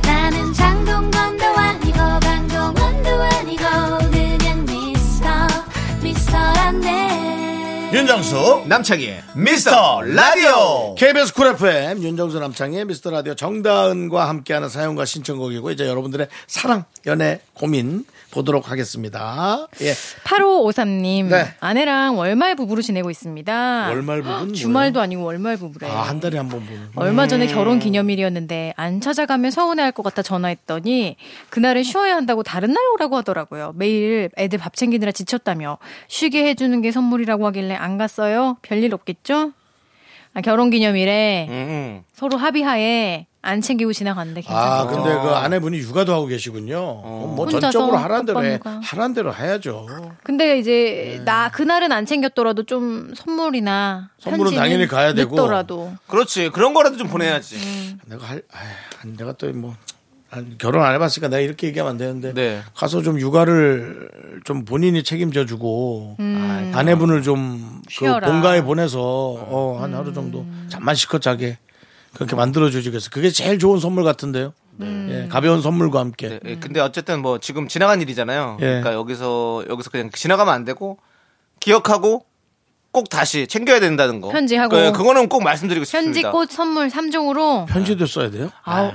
[SPEAKER 8] 나는 장동건도 아니고 강동원도 아니고 그냥 미스터 미스터란데
[SPEAKER 1] 윤정수
[SPEAKER 2] 남창희의 미스터 라디오
[SPEAKER 1] KBS 쿨 FM 윤정수 남창의 미스터 라디오 정다은과 함께하는 사연과 신청곡이고 이제 여러분들의 사랑 연애 고민 보도록 하겠습니다. 예.
[SPEAKER 7] 8553님
[SPEAKER 1] 네.
[SPEAKER 7] 아내랑 월말 부부로 지내고 있습니다.
[SPEAKER 1] 월말 부부는
[SPEAKER 7] 주말도 아니고 월말 부부래.
[SPEAKER 1] 아, 한 음. 달에 한 번 보는.
[SPEAKER 7] 얼마 전에 결혼 기념일이었는데 안 찾아가면 서운해할 것 같아 전화했더니 그날은 쉬어야 한다고 다른 날 오라고 하더라고요. 매일 애들 밥 챙기느라 지쳤다며 쉬게 해주는 게 선물이라고 하길래 안 갔어요. 별일 없겠죠? 아, 결혼 기념일에
[SPEAKER 2] 음.
[SPEAKER 7] 서로 합의하에 안 챙기고 지나갔는데 괜찮아요. 어.
[SPEAKER 1] 아, 근데 그 아내분이 육아도 하고 계시군요. 뭐
[SPEAKER 7] 혼자서
[SPEAKER 1] 전적으로 하라는 대로 해.
[SPEAKER 7] 떡밥과.
[SPEAKER 1] 하라는 대로 해야죠.
[SPEAKER 7] 근데
[SPEAKER 1] 음.
[SPEAKER 7] 이제 나 그날은 안 챙겼더라도 좀 선물이나
[SPEAKER 1] 선물은
[SPEAKER 7] 편지는
[SPEAKER 1] 당연히 가야 되고.
[SPEAKER 7] 늦더라도
[SPEAKER 2] 그렇지 그런 거라도 좀 보내야지.
[SPEAKER 1] 내가 할, 아휴, 내가 또 뭐 결혼 안 해봤으니까 내가 이렇게 얘기하면 안 되는데
[SPEAKER 2] 네.
[SPEAKER 1] 가서 좀 육아를 좀 본인이 책임져주고 아내분을 좀 그
[SPEAKER 7] 음. 쉬어라. 음.
[SPEAKER 1] 본가에 보내서 어, 한 하루 정도 잠만 실컷 자게 그렇게 만들어주지 그래서 그게 제일 좋은 선물 같은데요.
[SPEAKER 7] 네.
[SPEAKER 1] 예, 가벼운 선물과 함께
[SPEAKER 2] 네, 예, 근데 어쨌든 뭐 지금 지나간 일이잖아요.
[SPEAKER 1] 예.
[SPEAKER 2] 그러니까 여기서 여기서 그냥 지나가면 안 되고 기억하고 꼭 다시 챙겨야 된다는 거.
[SPEAKER 7] 편지하고.
[SPEAKER 2] 그, 그거는 꼭 말씀드리고
[SPEAKER 7] 편지
[SPEAKER 2] 싶습니다.
[SPEAKER 7] 꽃 선물 3종으로
[SPEAKER 1] 편지도 써야 돼요.
[SPEAKER 7] 아우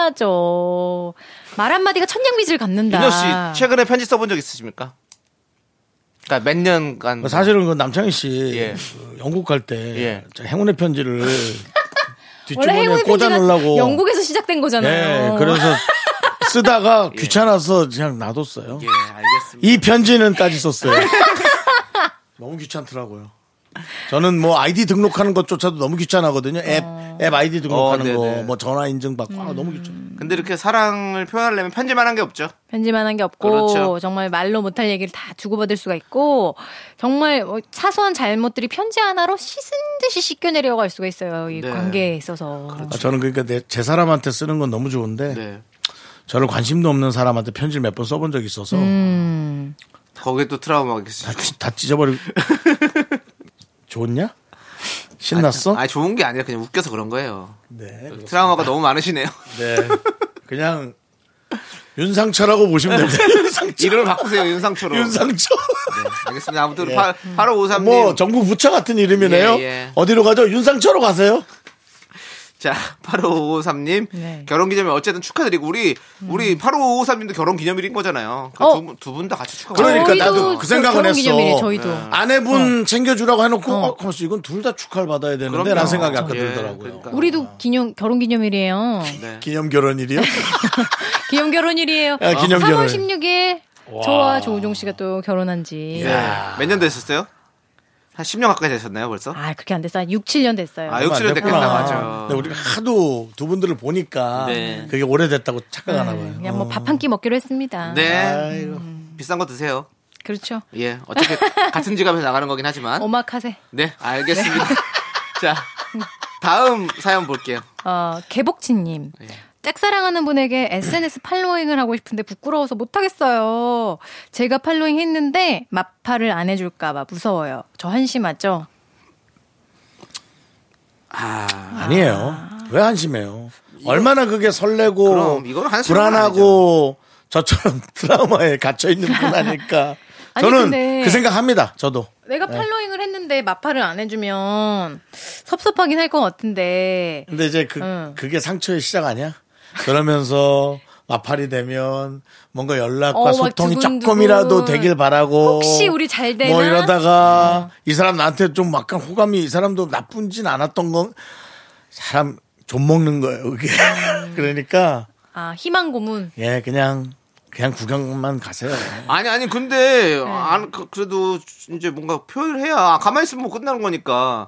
[SPEAKER 7] 당연하죠. 말 한마디가 천냥빚을 갚는다.
[SPEAKER 2] 민호 씨 최근에 편지 써본 적 있으십니까? 그러니까 몇 년간
[SPEAKER 1] 사실은 그 남창희 씨
[SPEAKER 2] 예.
[SPEAKER 1] 그 영국 갈 때
[SPEAKER 2] 예.
[SPEAKER 1] 행운의 편지를
[SPEAKER 7] 원래
[SPEAKER 1] 뒷주머니에
[SPEAKER 7] 행운의
[SPEAKER 1] 꽂아
[SPEAKER 7] 편지가
[SPEAKER 1] 놓으려고
[SPEAKER 7] 영국에서 시작된 거잖아요.
[SPEAKER 1] 예, 그래서 쓰다가 귀찮아서 그냥 놔뒀어요.
[SPEAKER 2] 예, 알겠습니다.
[SPEAKER 1] 이 편지는까지 썼어요. 너무 귀찮더라고요. 저는 뭐 아이디 등록하는 것조차도 너무 귀찮아거든요. 앱,
[SPEAKER 7] 어.
[SPEAKER 1] 앱 아이디 등록하는
[SPEAKER 2] 어,
[SPEAKER 1] 거,
[SPEAKER 2] 네네.
[SPEAKER 1] 뭐 전화 인증 받고, 아, 너무 귀찮아.
[SPEAKER 7] 음.
[SPEAKER 2] 근데 이렇게 사랑을 표현하려면 편지만 한 게 없죠.
[SPEAKER 7] 편지만 한 게 없고
[SPEAKER 2] 그렇죠.
[SPEAKER 7] 정말 말로 못할 얘기를 다 주고받을 수가 있고 정말 뭐 사소한 잘못들이 편지 하나로 씻은 듯이 씻겨 내려갈 수가 있어요. 이
[SPEAKER 2] 네.
[SPEAKER 7] 관계에 있어서.
[SPEAKER 1] 아, 저는 그러니까 내, 제 사람한테 쓰는 건 너무 좋은데,
[SPEAKER 2] 네.
[SPEAKER 1] 저를 관심도 없는 사람한테 편지를 몇 번 써본 적이 있어서,
[SPEAKER 7] 음.
[SPEAKER 2] 거기에 또 트라우마가 있으시죠.
[SPEAKER 1] 다, 찢- 다 찢어버리고. 좋냐? 신났어?
[SPEAKER 2] 아, 좋은 게 아니라 그냥 웃겨서 그런 거예요.
[SPEAKER 1] 네.
[SPEAKER 2] 트라우마가 너무 많으시네요.
[SPEAKER 1] 네. 그냥 윤상철하고 보시면 됩니다. 윤상철.
[SPEAKER 2] 이름을 바꾸세요, 윤상처로.
[SPEAKER 1] 윤상철. 예.
[SPEAKER 2] 알겠습니다. 아무튼 파, 8553님.
[SPEAKER 1] 뭐 전국 부처 같은 이름이네요.
[SPEAKER 2] 예, 예.
[SPEAKER 1] 어디로 가죠? 윤상철로 가세요.
[SPEAKER 2] 자, 8553님.
[SPEAKER 7] 네. 음.
[SPEAKER 2] 결혼 기념일 어쨌든 축하드리고, 우리, 우리 8553님도 결혼 기념일인 거잖아요. 그
[SPEAKER 7] 어.
[SPEAKER 2] 두 분 다 같이 축하드리고.
[SPEAKER 1] 그러니까
[SPEAKER 7] 저희도
[SPEAKER 1] 나도 그 생각은 했어. 네.
[SPEAKER 7] 결혼기념일이에요, 저희도.
[SPEAKER 2] 음.
[SPEAKER 1] 아내분 챙겨주라고 해놓고 어, 그럼 이건 둘 다 축하를 받아야 되는데 라는 생각이
[SPEAKER 2] 예,
[SPEAKER 1] 아까 들더라고요.
[SPEAKER 2] 그러니까.
[SPEAKER 1] 네.
[SPEAKER 7] 우리도 기념 결혼 기념일이에요.
[SPEAKER 1] 기념 결혼일이요?
[SPEAKER 7] 기념 결혼일이에요.
[SPEAKER 1] 아, 기념
[SPEAKER 7] 3월
[SPEAKER 1] 결혼.
[SPEAKER 2] 예. 네.
[SPEAKER 7] 16일 저와 조우종 씨가 또 결혼한 지.
[SPEAKER 2] 몇년 됐었어요? 한 10년 가까이 되셨나요, 벌써?
[SPEAKER 7] 아, 그렇게 안 됐어. 한 6, 7년 됐어요.
[SPEAKER 2] 아, 6, 7년 됐구나.
[SPEAKER 1] 됐구나.
[SPEAKER 2] 맞아.
[SPEAKER 1] 근데 우리가 하도 두 분들을 보니까
[SPEAKER 2] 네. 음.
[SPEAKER 1] 그게 오래됐다고 착각하나 봐요.
[SPEAKER 7] 그냥 뭐 밥 한 끼 먹기로 했습니다.
[SPEAKER 2] 네.
[SPEAKER 1] 아이고.
[SPEAKER 2] 비싼 거 드세요.
[SPEAKER 7] 그렇죠.
[SPEAKER 2] 예. 어차피 같은 지갑에서 나가는 거긴 하지만.
[SPEAKER 7] 오마카세.
[SPEAKER 2] 네, 알겠습니다. 자, 다음 사연 볼게요.
[SPEAKER 7] 어, 개복치님. 짝사랑하는 분에게 SNS 팔로잉을 하고 싶은데 부끄러워서 못하겠어요. 제가 팔로잉 했는데 마파를 안 해줄까봐 무서워요. 저 한심하죠?
[SPEAKER 2] 아,
[SPEAKER 1] 아니에요. 왜 한심해요? 얼마나 그게 설레고
[SPEAKER 2] 그럼 이건 한심한 건
[SPEAKER 1] 불안하고 저처럼 드라마에 갇혀 있는 분 아닐까.
[SPEAKER 7] 아니,
[SPEAKER 1] 저는
[SPEAKER 7] 근데-
[SPEAKER 1] 그 생각합니다. 저도.
[SPEAKER 7] 내가 팔로잉을 했는데 마파를 안 해주면 섭섭하긴 할 것 같은데.
[SPEAKER 1] 근데 이제 그
[SPEAKER 7] 응.
[SPEAKER 1] 그게 상처의 시작 아니야? 그러면서 마팔이 되면 뭔가 연락과
[SPEAKER 7] 어, 막
[SPEAKER 1] 소통이
[SPEAKER 7] 두근두근.
[SPEAKER 1] 조금이라도 되길 바라고
[SPEAKER 7] 혹시 우리 잘 되나? 네.
[SPEAKER 1] 뭐 이러다가 이 사람 나한테 좀 약간 호감이 이 사람도 나쁜진 않았던 건 사람 좀 먹는 거예요. 그게
[SPEAKER 7] 음.
[SPEAKER 1] 그러니까
[SPEAKER 7] 아, 희망 고문.
[SPEAKER 1] 예, 그냥 그냥 구경만 가세요.
[SPEAKER 2] 아니, 아니, 근데,
[SPEAKER 7] 네.
[SPEAKER 2] 안, 그- 그래도 이제 뭔가 표현을 해야, 가만히 있으면 뭐 끝나는 거니까.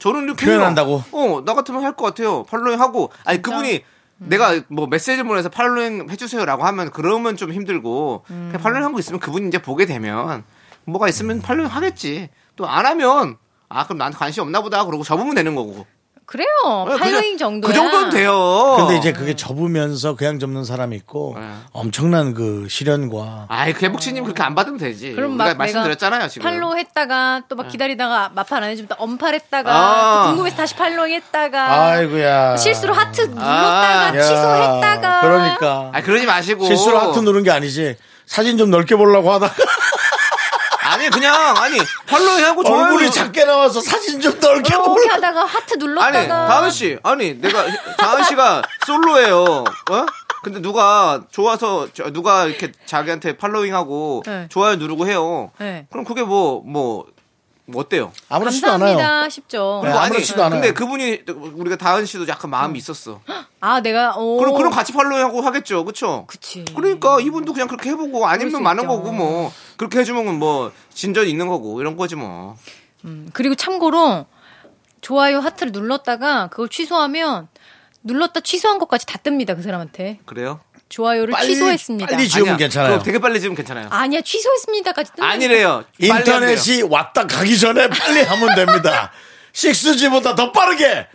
[SPEAKER 2] 저는 이렇게.
[SPEAKER 1] 표현한다고?
[SPEAKER 2] 해요. 어, 나 같으면 할 것 같아요. 팔로잉 하고. 아니, 그분이
[SPEAKER 7] 음.
[SPEAKER 2] 내가 뭐 메시지 보내서 팔로잉 해주세요라고 하면 그러면 좀 힘들고.
[SPEAKER 7] 음.
[SPEAKER 2] 그냥 팔로잉 하고 있으면 그분이 이제 보게 되면 뭐가 있으면 팔로잉 하겠지. 또 안 하면, 아, 그럼 나한테 관심 없나 보다. 그러고 접으면 되는 거고.
[SPEAKER 7] 그래요.
[SPEAKER 2] 그냥
[SPEAKER 7] 어, 팔로잉 정도야.
[SPEAKER 2] 그 정도는 돼요.
[SPEAKER 1] 근데 이제 그게 접으면서 그냥 접는 사람이 있고
[SPEAKER 2] 네.
[SPEAKER 1] 엄청난 그 시련과
[SPEAKER 2] 아이, 개복치님 그렇게 안 받으면 되지.
[SPEAKER 7] 그럼
[SPEAKER 2] 우리가
[SPEAKER 7] 막
[SPEAKER 2] 음, 말씀드렸잖아요,
[SPEAKER 7] 내가
[SPEAKER 2] 지금.
[SPEAKER 7] 팔로우 했다가 또 막 기다리다가 마팔 안 해주면 또 언팔 했다가
[SPEAKER 2] 아.
[SPEAKER 7] 또 궁금해서 다시 팔로잉 했다가
[SPEAKER 1] 아이고야
[SPEAKER 7] 실수로 하트
[SPEAKER 2] 야.
[SPEAKER 7] 눌렀다가
[SPEAKER 1] 야,
[SPEAKER 7] 취소했다가
[SPEAKER 1] 그러니까
[SPEAKER 2] 아, 그러지 마시고.
[SPEAKER 1] 실수로 하트 누른 게 아니지 사진 좀 넓게 보려고 하다가
[SPEAKER 2] 아니, 그냥, 아니, 팔로잉 하고 좋아요.
[SPEAKER 1] 얼굴이 작게 나와서 사진 좀 넓게
[SPEAKER 7] 이렇게
[SPEAKER 1] 보려고
[SPEAKER 7] 하다가 하트
[SPEAKER 2] 아니,
[SPEAKER 7] 눌렀다가
[SPEAKER 2] 다은 씨. 아니, 내가, 다은 씨가 솔로예요. 어? 근데 누가 좋아서, 저- 누가 이렇게 자기한테 팔로잉하고
[SPEAKER 7] 네.
[SPEAKER 2] 좋아요 누르고 해요.
[SPEAKER 7] 네.
[SPEAKER 2] 그럼 그게 뭐, 뭐, 뭐 어때요?
[SPEAKER 1] 아무렇지도 않아요
[SPEAKER 7] 감사합니다 싶죠.
[SPEAKER 1] 네, 아무렇지도 않아요.
[SPEAKER 2] 근데 그분이, 우리가 다은 씨도 약간 마음이 있었어.
[SPEAKER 7] 아 내가 오
[SPEAKER 2] 그럼, 그럼 같이 팔로잉하고 하겠죠. 그쵸?
[SPEAKER 7] 그치.
[SPEAKER 2] 그러니까 이분도 그냥 그렇게 해보고 아니면
[SPEAKER 7] 수
[SPEAKER 2] 많은
[SPEAKER 7] 있죠.
[SPEAKER 2] 거고 뭐 그렇게 해주면 뭐 진전이 있는 거고 이런 거지 뭐
[SPEAKER 7] 음, 그리고 참고로 좋아요 하트를 눌렀다가 그걸 취소하면 눌렀다 취소한 것까지 다 뜹니다 그 사람한테
[SPEAKER 2] 그래요?
[SPEAKER 7] 좋아요를
[SPEAKER 1] 빨리-
[SPEAKER 7] 취소했습니다.
[SPEAKER 1] 빨리 지우면
[SPEAKER 2] 아니야.
[SPEAKER 1] 괜찮아요.
[SPEAKER 2] 그거 되게 빨리 지우면 괜찮아요.
[SPEAKER 7] 아니야 취소했습니다까지 뜬다.
[SPEAKER 2] 아니래요. 빨리 하면 돼요.
[SPEAKER 1] 인터넷이 왔다 가기 전에 빨리 하면 됩니다 식스지보다 더 빠르게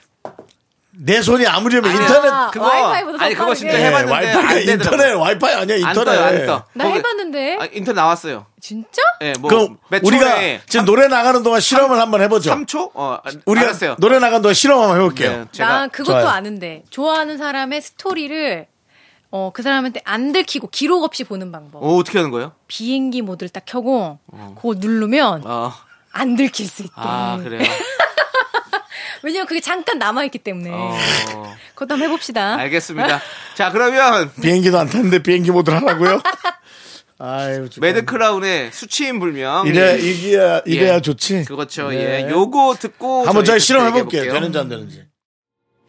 [SPEAKER 1] 내 손이 아무려면
[SPEAKER 2] 아니야.
[SPEAKER 1] 인터넷
[SPEAKER 2] 그거
[SPEAKER 7] 와이파이보다 더
[SPEAKER 2] 아니 그거
[SPEAKER 7] 빠르게.
[SPEAKER 2] 진짜
[SPEAKER 1] 예,
[SPEAKER 2] 네, 해봤는데 안
[SPEAKER 1] 와이파이
[SPEAKER 2] 되더라고.
[SPEAKER 1] 인터넷 와이파이 아니야
[SPEAKER 2] 안
[SPEAKER 1] 인터넷
[SPEAKER 2] 떠요, 안 떠.
[SPEAKER 7] 나
[SPEAKER 2] 거기-
[SPEAKER 7] 해봤는데
[SPEAKER 2] 아, 인터넷 나왔어요.
[SPEAKER 7] 진짜?
[SPEAKER 2] 예, 뭐
[SPEAKER 1] 그럼
[SPEAKER 2] 몇
[SPEAKER 1] 우리가
[SPEAKER 2] 초에
[SPEAKER 1] 지금 노래 나가는 동안 실험을 한번 해보죠.
[SPEAKER 2] 3초? 어, 우리가
[SPEAKER 1] 우리가
[SPEAKER 2] 알았어요.
[SPEAKER 1] 노래 나가는 동안 실험 한번 해볼게요.
[SPEAKER 2] 네, 제가
[SPEAKER 7] 나 그것도
[SPEAKER 1] 좋아요.
[SPEAKER 7] 아는데 좋아하는 사람의 스토리를 어 그 사람한테 안 들키고 기록 없이 보는 방법.
[SPEAKER 2] 어, 어떻게 하는 거예요?
[SPEAKER 7] 비행기 모드를 딱 켜고
[SPEAKER 1] 어.
[SPEAKER 7] 그거
[SPEAKER 1] 아.
[SPEAKER 7] 누르면
[SPEAKER 2] 어,
[SPEAKER 7] 안 들킬 수 있대.
[SPEAKER 2] 아 그래요.
[SPEAKER 7] 왜냐면 그게 잠깐 남아 있기 때문에.
[SPEAKER 2] 어,
[SPEAKER 7] 그것도 한번 해봅시다.
[SPEAKER 2] 알겠습니다. 자 그러면
[SPEAKER 1] 비행기도 안 탔는데 비행기 모드를 하라고요? 아유, 죽겠네.
[SPEAKER 2] 매드크라운의 수치인 불명
[SPEAKER 1] 이래 이게 이래야
[SPEAKER 2] 예.
[SPEAKER 1] 좋지.
[SPEAKER 2] 그렇죠.
[SPEAKER 1] 네.
[SPEAKER 2] 예. 요거 듣고
[SPEAKER 1] 한번 저희
[SPEAKER 2] 저희
[SPEAKER 1] 실험
[SPEAKER 2] 얘기해볼게요.
[SPEAKER 1] 해볼게요. 되는지 안 되는지.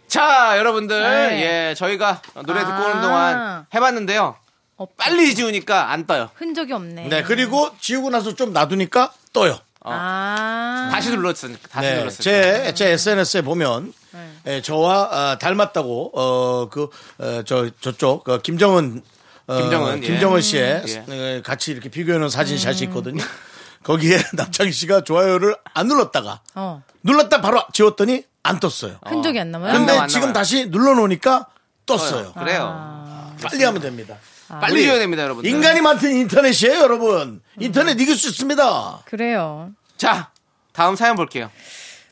[SPEAKER 2] 자, 여러분들.
[SPEAKER 7] 네.
[SPEAKER 2] 예, 저희가 노래 듣고
[SPEAKER 7] 아.
[SPEAKER 2] 오는 동안 해 봤는데요.
[SPEAKER 7] 어,
[SPEAKER 2] 빨리 지우니까 안 떠요.
[SPEAKER 7] 흔적이 없네.
[SPEAKER 1] 네, 그리고 지우고 나서 좀 놔두니까 떠요.
[SPEAKER 7] 아.
[SPEAKER 2] 다시 눌렀으니까. 다시
[SPEAKER 1] 네,
[SPEAKER 2] 눌렀으니까.
[SPEAKER 1] 제,
[SPEAKER 7] 음.
[SPEAKER 1] 제 SNS에 보면,
[SPEAKER 7] 네.
[SPEAKER 1] 예, 저와 아, 닮았다고, 어, 그, 어, 저, 저쪽, 그 김정은, 어,
[SPEAKER 2] 김정은, 예.
[SPEAKER 1] 김정은 씨의
[SPEAKER 2] 예.
[SPEAKER 1] 에, 같이 이렇게 비교해놓은
[SPEAKER 7] 음.
[SPEAKER 1] 사진샷이 있거든요. 거기에 남창희 씨가 좋아요를 안 눌렀다가,
[SPEAKER 7] 어.
[SPEAKER 1] 눌렀다 바로 지웠더니 안 떴어요.
[SPEAKER 7] 흔적이 안 남아요.
[SPEAKER 1] 근데
[SPEAKER 2] 나와, 안
[SPEAKER 1] 지금
[SPEAKER 2] 나와요.
[SPEAKER 1] 다시 눌러놓으니까 떴어요.
[SPEAKER 2] 그래요.
[SPEAKER 7] 아,
[SPEAKER 1] 빨리 하면 됩니다.
[SPEAKER 2] 빨리 지워야 됩니다, 여러분들.
[SPEAKER 1] 인간이 만든 인터넷이에요, 여러분. 인터넷 이길 수 있습니다.
[SPEAKER 7] 그래요.
[SPEAKER 2] 자, 다음 사연 볼게요.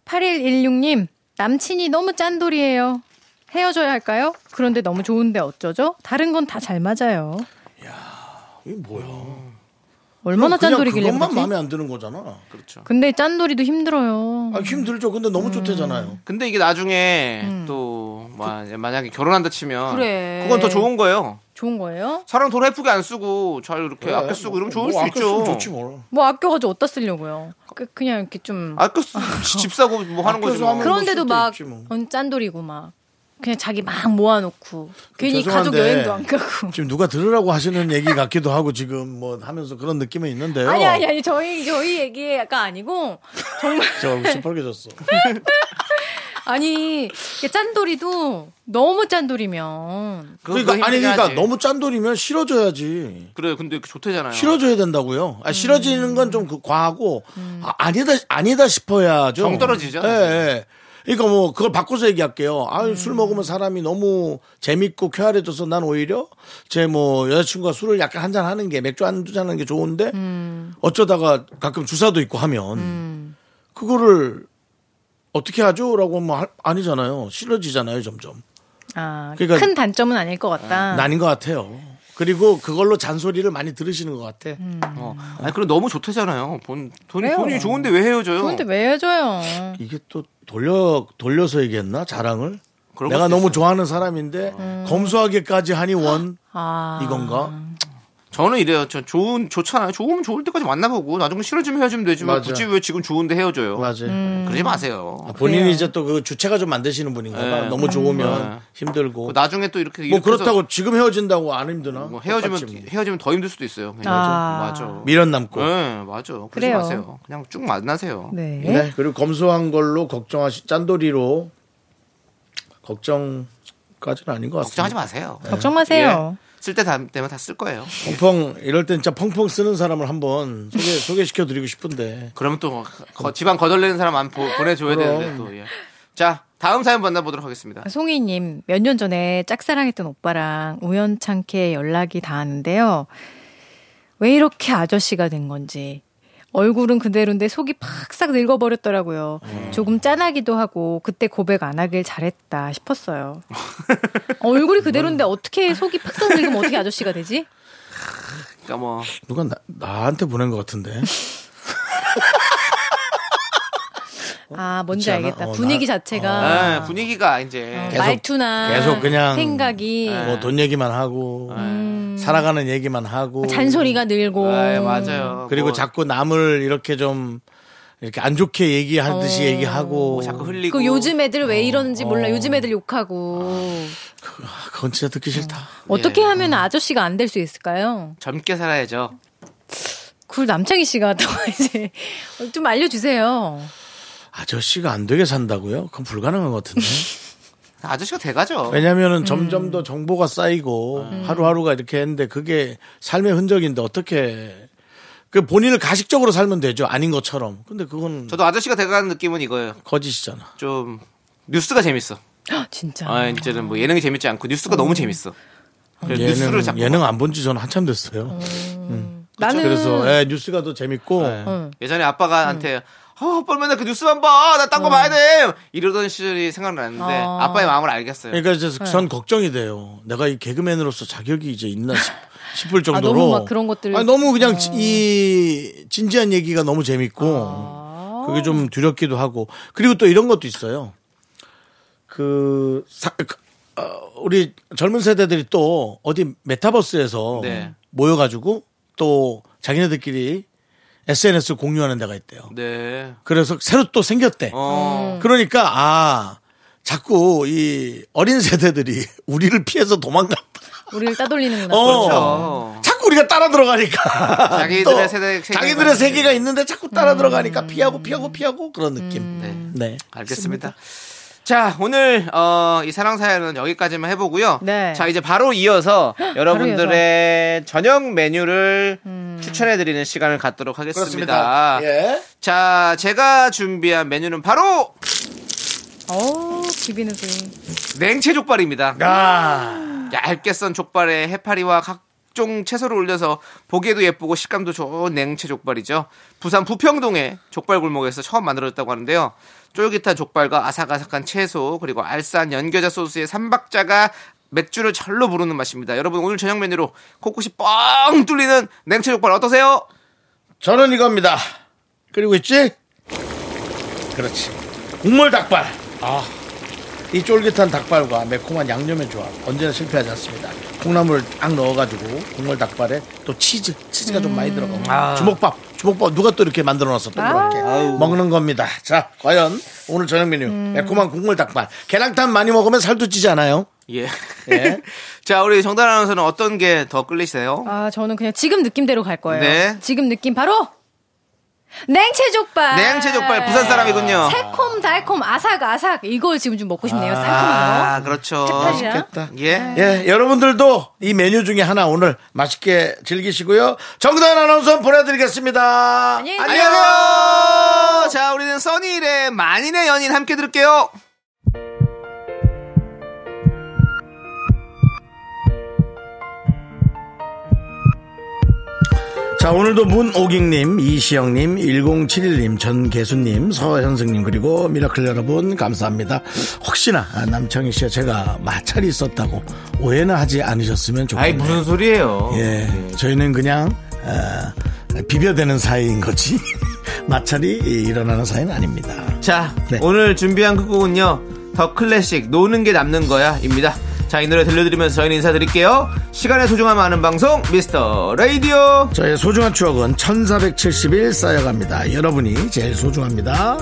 [SPEAKER 7] 8116님, 남친이 너무 짠돌이에요. 헤어져야 할까요? 그런데 너무 좋은데 어쩌죠? 다른 건 다 잘 맞아요.
[SPEAKER 1] 이게 뭐야.
[SPEAKER 7] 얼마나
[SPEAKER 1] 그냥
[SPEAKER 7] 짠돌이길래
[SPEAKER 1] 그것만
[SPEAKER 7] 그러지?
[SPEAKER 1] 마음에 안 드는 거잖아.
[SPEAKER 2] 그렇죠.
[SPEAKER 7] 근데 짠돌이도 힘들어요.
[SPEAKER 1] 아, 힘들죠. 근데 너무
[SPEAKER 7] 음.
[SPEAKER 1] 좋대잖아요.
[SPEAKER 2] 근데 이게 나중에 또 마- 만약에 결혼한다 치면
[SPEAKER 7] 그 그래.
[SPEAKER 2] 건더 좋은 거예요.
[SPEAKER 7] 좋은 거예요?
[SPEAKER 2] 사람 돈 예쁘게 안 쓰고 잘 이렇게 아껴 쓰고 이러면 좋을 수
[SPEAKER 1] 뭐 아껴 쓰면
[SPEAKER 2] 있죠.
[SPEAKER 1] 좋지 뭐.
[SPEAKER 7] 뭐 아껴가지고 어디다 쓰려고요? 그, 그냥 이렇게 좀
[SPEAKER 1] 아,
[SPEAKER 2] 아껴 쓰, 집 사고 뭐 하는
[SPEAKER 1] 아껴서
[SPEAKER 2] 거지 뭐.
[SPEAKER 1] 하면
[SPEAKER 7] 그런데도
[SPEAKER 1] 그럴
[SPEAKER 7] 막
[SPEAKER 1] 수도 있지 뭐.
[SPEAKER 7] 어, 짠돌이고 막 그냥 자기 막 모아놓고 괜히 가족
[SPEAKER 1] 그 죄송한데
[SPEAKER 7] 여행도 안 가고.
[SPEAKER 1] 지금 누가 들으라고 하시는 얘기 같기도 하고 지금 뭐 하면서 그런 느낌은 있는데요.
[SPEAKER 7] 아니 아니 아니 저희 저희 얘기가 아니고 정말
[SPEAKER 1] 저 얼굴 시뻘개졌어.
[SPEAKER 2] 그
[SPEAKER 7] 아니 이게 짠돌이도 너무 짠돌이면
[SPEAKER 1] 그러니까 아니 그러니까 너무 짠돌이면 싫어져야지.
[SPEAKER 2] 그래 근데 좋대잖아요.
[SPEAKER 1] 싫어져야 된다고요. 아, 싫어지는 건 좀 과하고 아, 니다 아니다 싶어야죠.
[SPEAKER 2] 정 떨어지죠.
[SPEAKER 1] 예, 예. 그러니까 뭐 그걸 바꿔서 얘기할게요. 아술 먹으면 사람이 너무 재밌고 쾌활해져서 난 오히려 제 뭐 여자친구가 술을 약간 한잔 하는 게 맥주 한두잔 하는 게 좋은데 어쩌다가 가끔 주사도 있고 하면 그거를 어떻게 하죠라고 뭐 할- 아니잖아요. 싫어지잖아요 점점.
[SPEAKER 7] 아,
[SPEAKER 1] 그러니까-
[SPEAKER 7] 큰 단점은 아닐 것 같다.
[SPEAKER 1] 난인 것 같아요. 그리고 그걸로 잔소리를 많이 들으시는 것 같아.
[SPEAKER 2] 어. 아니 그럼 너무 좋대잖아요. 본 돈이
[SPEAKER 7] 그래요.
[SPEAKER 2] 본인이 좋은데 왜 헤어져요?
[SPEAKER 7] 그런데 왜 해줘요?
[SPEAKER 1] 이게 또 돌려 돌려서 얘기했나 자랑을?
[SPEAKER 2] 그런
[SPEAKER 1] 내가
[SPEAKER 2] 것도
[SPEAKER 1] 너무
[SPEAKER 2] 있어요. 음.
[SPEAKER 1] 좋아하는 사람인데 검소하게까지 하니 원
[SPEAKER 7] 아
[SPEAKER 1] 이건가?
[SPEAKER 2] 저는 이래요. 저 좋은 좋잖아요. 좋으면 좋을 때까지 만나보고 나중에 싫어지면 헤어지면 되지만
[SPEAKER 1] 맞아.
[SPEAKER 2] 굳이 왜 지금 좋은데 헤어져요?
[SPEAKER 7] 음.
[SPEAKER 1] 맞아요.
[SPEAKER 2] 음. 그러지 마세요.
[SPEAKER 1] 아, 본인이 이제 또 그 주체가 좀 만드시는 분인가 봐.
[SPEAKER 2] 네.
[SPEAKER 1] 너무 좋으면
[SPEAKER 2] 네.
[SPEAKER 1] 힘들고.
[SPEAKER 2] 뭐 나중에 또 이렇게
[SPEAKER 1] 뭐
[SPEAKER 2] 이렇게
[SPEAKER 1] 그렇다고
[SPEAKER 2] 해서
[SPEAKER 1] 지금 헤어진다고 안 힘드나?
[SPEAKER 2] 뭐 헤어지면
[SPEAKER 1] 똑같지 뭐.
[SPEAKER 2] 헤어지면 더 힘들 수도 있어요. 그냥.
[SPEAKER 7] 아.
[SPEAKER 2] 맞아. 맞아.
[SPEAKER 1] 미련 남고. 네.
[SPEAKER 2] 네, 맞아. 그러지
[SPEAKER 7] 그래요.
[SPEAKER 2] 마세요. 그냥 쭉 만나세요.
[SPEAKER 7] 네.
[SPEAKER 1] 그리고 검소한 걸로 걱정하시 짠돌이로 걱정까지는 아닌 것 같습니다.
[SPEAKER 2] 걱정하지 마세요.
[SPEAKER 1] 네.
[SPEAKER 2] 예.
[SPEAKER 7] 걱정 마세요.
[SPEAKER 2] 쓸때 되면 다 쓸 거예요.
[SPEAKER 1] 펑펑 이럴 땐 진짜 펑펑 쓰는 사람을 한번 소개 소개시켜 드리고 싶은데.
[SPEAKER 2] 그러면 또뭐 거- 집안 거덜내는 사람 안 보, 보내줘야 되는데 또. 예. 자, 다음 사연 만나보도록 하겠습니다.
[SPEAKER 7] 송이님 몇 년 전에 짝사랑했던 오빠랑 우연찮게 연락이 닿았는데요. 왜 이렇게 아저씨가 된 건지 얼굴은 그대로인데 속이 팍싹 늙어버렸더라고요.
[SPEAKER 1] 음.
[SPEAKER 7] 조금 짠하기도 하고 그때 고백 안 하길 잘했다 싶었어요. 어, 얼굴이 그대로인데 어떻게 속이 팍싹 늙으면 어떻게 아저씨가 되지?
[SPEAKER 2] 그러니까 뭐
[SPEAKER 1] 누가 나, 나한테 보낸 것 같은데.
[SPEAKER 7] 아 뭔지
[SPEAKER 1] 그렇지 않아?
[SPEAKER 7] 알겠다.
[SPEAKER 1] 어, 나-
[SPEAKER 7] 분위기 자체가
[SPEAKER 2] 예, 분위기가 이제
[SPEAKER 1] 계속-
[SPEAKER 7] 말투나
[SPEAKER 1] 계속 그냥
[SPEAKER 7] 생각이
[SPEAKER 1] 뭐 돈 얘기만 하고
[SPEAKER 2] 음.
[SPEAKER 1] 살아가는 얘기만 하고
[SPEAKER 7] 잔소리가 늘고
[SPEAKER 2] 예, 맞아요.
[SPEAKER 1] 그리고
[SPEAKER 2] 뭐
[SPEAKER 1] 자꾸 남을 이렇게 좀 이렇게 안 좋게
[SPEAKER 7] 어.
[SPEAKER 1] 얘기하듯이 얘기하고
[SPEAKER 2] 뭐 자꾸 흘리고 어.
[SPEAKER 7] 그 요즘 애들 왜 이러는지 몰라. 요즘 애들 욕하고.
[SPEAKER 1] 아, 그건 진짜 듣기 싫다.
[SPEAKER 7] 어떻게
[SPEAKER 2] 예.
[SPEAKER 7] 하면 아저씨가 안 될 수 있을까요?
[SPEAKER 2] 젊게 살아야죠.
[SPEAKER 7] 그걸 남창희 씨가 또 이제 좀 알려주세요.
[SPEAKER 1] 아저씨가 안 되게 산다고요? 그건 불가능한 것 같은데.
[SPEAKER 2] 아저씨가 돼가죠.
[SPEAKER 1] 왜냐면은
[SPEAKER 7] 음.
[SPEAKER 1] 점점 더 정보가 쌓이고
[SPEAKER 2] 음.
[SPEAKER 1] 하루하루가 이렇게 했는데 그게 삶의 흔적인데 어떻게 그 본인을 가식적으로 살면 되죠. 아닌 것처럼. 근데 그건
[SPEAKER 2] 저도 아저씨가 돼가는 느낌은 이거예요.
[SPEAKER 1] 거짓이잖아.
[SPEAKER 2] 좀 뉴스가 재밌어.
[SPEAKER 7] 헉, 진짜.
[SPEAKER 2] 아, 이제는 뭐 예능이 재밌지 않고 뉴스가 너무 재밌어. 그래서 뉴스를
[SPEAKER 1] 음. 예능
[SPEAKER 2] 자꾸
[SPEAKER 1] 예능 안 본 지 저는 한참 됐어요.
[SPEAKER 7] 음.
[SPEAKER 1] 음.
[SPEAKER 7] 나는
[SPEAKER 1] 그래서 예, 뉴스가 더 재밌고
[SPEAKER 2] 네.
[SPEAKER 1] 음.
[SPEAKER 2] 음. 예전에 아빠가 한테 어, 오빠 맨날 그 뉴스만 봐. 나 딴
[SPEAKER 1] 음.
[SPEAKER 2] 거 봐야 돼. 이러던 시절이 생각나는데
[SPEAKER 7] 어.
[SPEAKER 2] 아빠의 마음을 알겠어요.
[SPEAKER 1] 그러니까 이제
[SPEAKER 7] 네.
[SPEAKER 1] 전 걱정이 돼요. 내가 이 개그맨으로서 자격이 이제 있나 싶, 을 정도로
[SPEAKER 7] 아, 너무 막 그런 것들을- 어.
[SPEAKER 1] 아니, 너무 그냥 지- 이 진지한 얘기가 너무 재밌고
[SPEAKER 7] 아.
[SPEAKER 1] 그게 좀 두렵기도 하고 그리고 또 이런 것도 있어요. 그 사- 그, 어, 우리 젊은 세대들이 또 어디 메타버스에서
[SPEAKER 2] 네.
[SPEAKER 1] 모여가지고 또 자기네들끼리 SNS 를 공유하는 데가 있대요.
[SPEAKER 2] 네.
[SPEAKER 1] 그래서 새로 또 생겼대.
[SPEAKER 2] 어.
[SPEAKER 1] 그러니까 아 자꾸 이 어린 세대들이 우리를 피해서 도망간다.
[SPEAKER 7] 우리를 따돌리는구나.
[SPEAKER 1] 어. 자꾸 우리가 따라 들어가니까.
[SPEAKER 2] 그렇죠. 자기들의
[SPEAKER 1] 또
[SPEAKER 2] 세대- 세계관.
[SPEAKER 1] 자기들의 세계가 있는데 자꾸 따라 들어가니까 피하고 피하고 피하고 그런 느낌.
[SPEAKER 2] 음.
[SPEAKER 1] 네.
[SPEAKER 2] 알겠습니다. 자, 오늘 어, 이 사랑 사연은 여기까지만 해보고요.
[SPEAKER 7] 네.
[SPEAKER 2] 자, 이제 바로 이어서 여러분들의 저녁 메뉴를 추천해드리는 시간을 갖도록 하겠습니다.
[SPEAKER 1] 예.
[SPEAKER 2] 자, 제가 준비한 메뉴는 바로
[SPEAKER 7] 어우, 비비는 소리.
[SPEAKER 2] 냉채 족발입니다.
[SPEAKER 1] 아.
[SPEAKER 2] 얇게 썬 족발에 해파리와 각종 채소를 올려서 보기에도 예쁘고 식감도 좋은 냉채 족발이죠. 부산 부평동의 족발 골목에서 처음 만들어졌다고 하는데요. 쫄깃한 족발과 아삭아삭한 채소 그리고 알싸한 연겨자 소스의 삼박자가 맥주를 절로 부르는 맛입니다. 여러분 오늘 저녁 메뉴로 코끝이 뻥 뚫리는 냉채 족발 어떠세요?
[SPEAKER 1] 저는 이겁니다. 그리고 있지? 그렇지. 국물 닭발. 아. 이 쫄깃한 닭발과 매콤한 양념의 조합 언제나 실패하지 않습니다. 콩나물을 딱 넣어가지고 국물 닭발에 또 치즈 치즈가 좀 많이 들어가고 주먹밥 주먹밥 누가 또 이렇게 만들어놨어 동그랗게 먹는 겁니다 자 과연 오늘 저녁 메뉴 매콤한 국물 닭발 계란탕 많이 먹으면 살도 찌지 않아요
[SPEAKER 2] 예.
[SPEAKER 1] 예.
[SPEAKER 2] 자, 우리 정단 아나운서는 어떤 게 더 끌리세요?
[SPEAKER 7] 아, 저는 그냥 지금 느낌대로 갈 거예요.
[SPEAKER 2] 네.
[SPEAKER 7] 지금 느낌 바로 냉채족발.
[SPEAKER 2] 냉채족발, 부산 사람이군요.
[SPEAKER 7] 새콤 달콤 아삭 아삭 이걸 지금 좀 먹고 싶네요.
[SPEAKER 2] 아,
[SPEAKER 7] 새콤한 거.
[SPEAKER 2] 그렇죠.
[SPEAKER 7] 쪽팔이야.
[SPEAKER 1] 좋겠다
[SPEAKER 2] 예.
[SPEAKER 1] 예, 여러분들도 이 메뉴 중에 하나 오늘 맛있게 즐기시고요. 정단 아나운서 보내드리겠습니다.
[SPEAKER 7] 안녕히 계세요.
[SPEAKER 2] 안녕하세요. 자, 우리는 써니일의 만인의 연인 함께 들을게요.
[SPEAKER 1] 자, 오늘도 문오깅님, 이시영님, 1071님, 전계수님, 서현승님, 그리고 미라클 여러분, 감사합니다. 혹시나 아, 남창희 씨와 제가 마찰이 있었다고 오해는 하지 않으셨으면
[SPEAKER 2] 아이,
[SPEAKER 1] 좋겠네요.
[SPEAKER 2] 무슨 소리예요?
[SPEAKER 1] 예, 저희는 그냥, 아, 비벼대는 사이인 거지. 마찰이 일어나는 사이는 아닙니다.
[SPEAKER 2] 자,
[SPEAKER 1] 네.
[SPEAKER 2] 오늘 준비한 곡은요. 더 클래식 노는 게 남는 거야입니다. 자, 이 노래 들려드리면서 저희는 인사드릴게요. 시간의 소중함 아는 방송 미스터 라디오.
[SPEAKER 1] 저의 소중한 추억은 1471 쌓여갑니다. 여러분이 제일 소중합니다.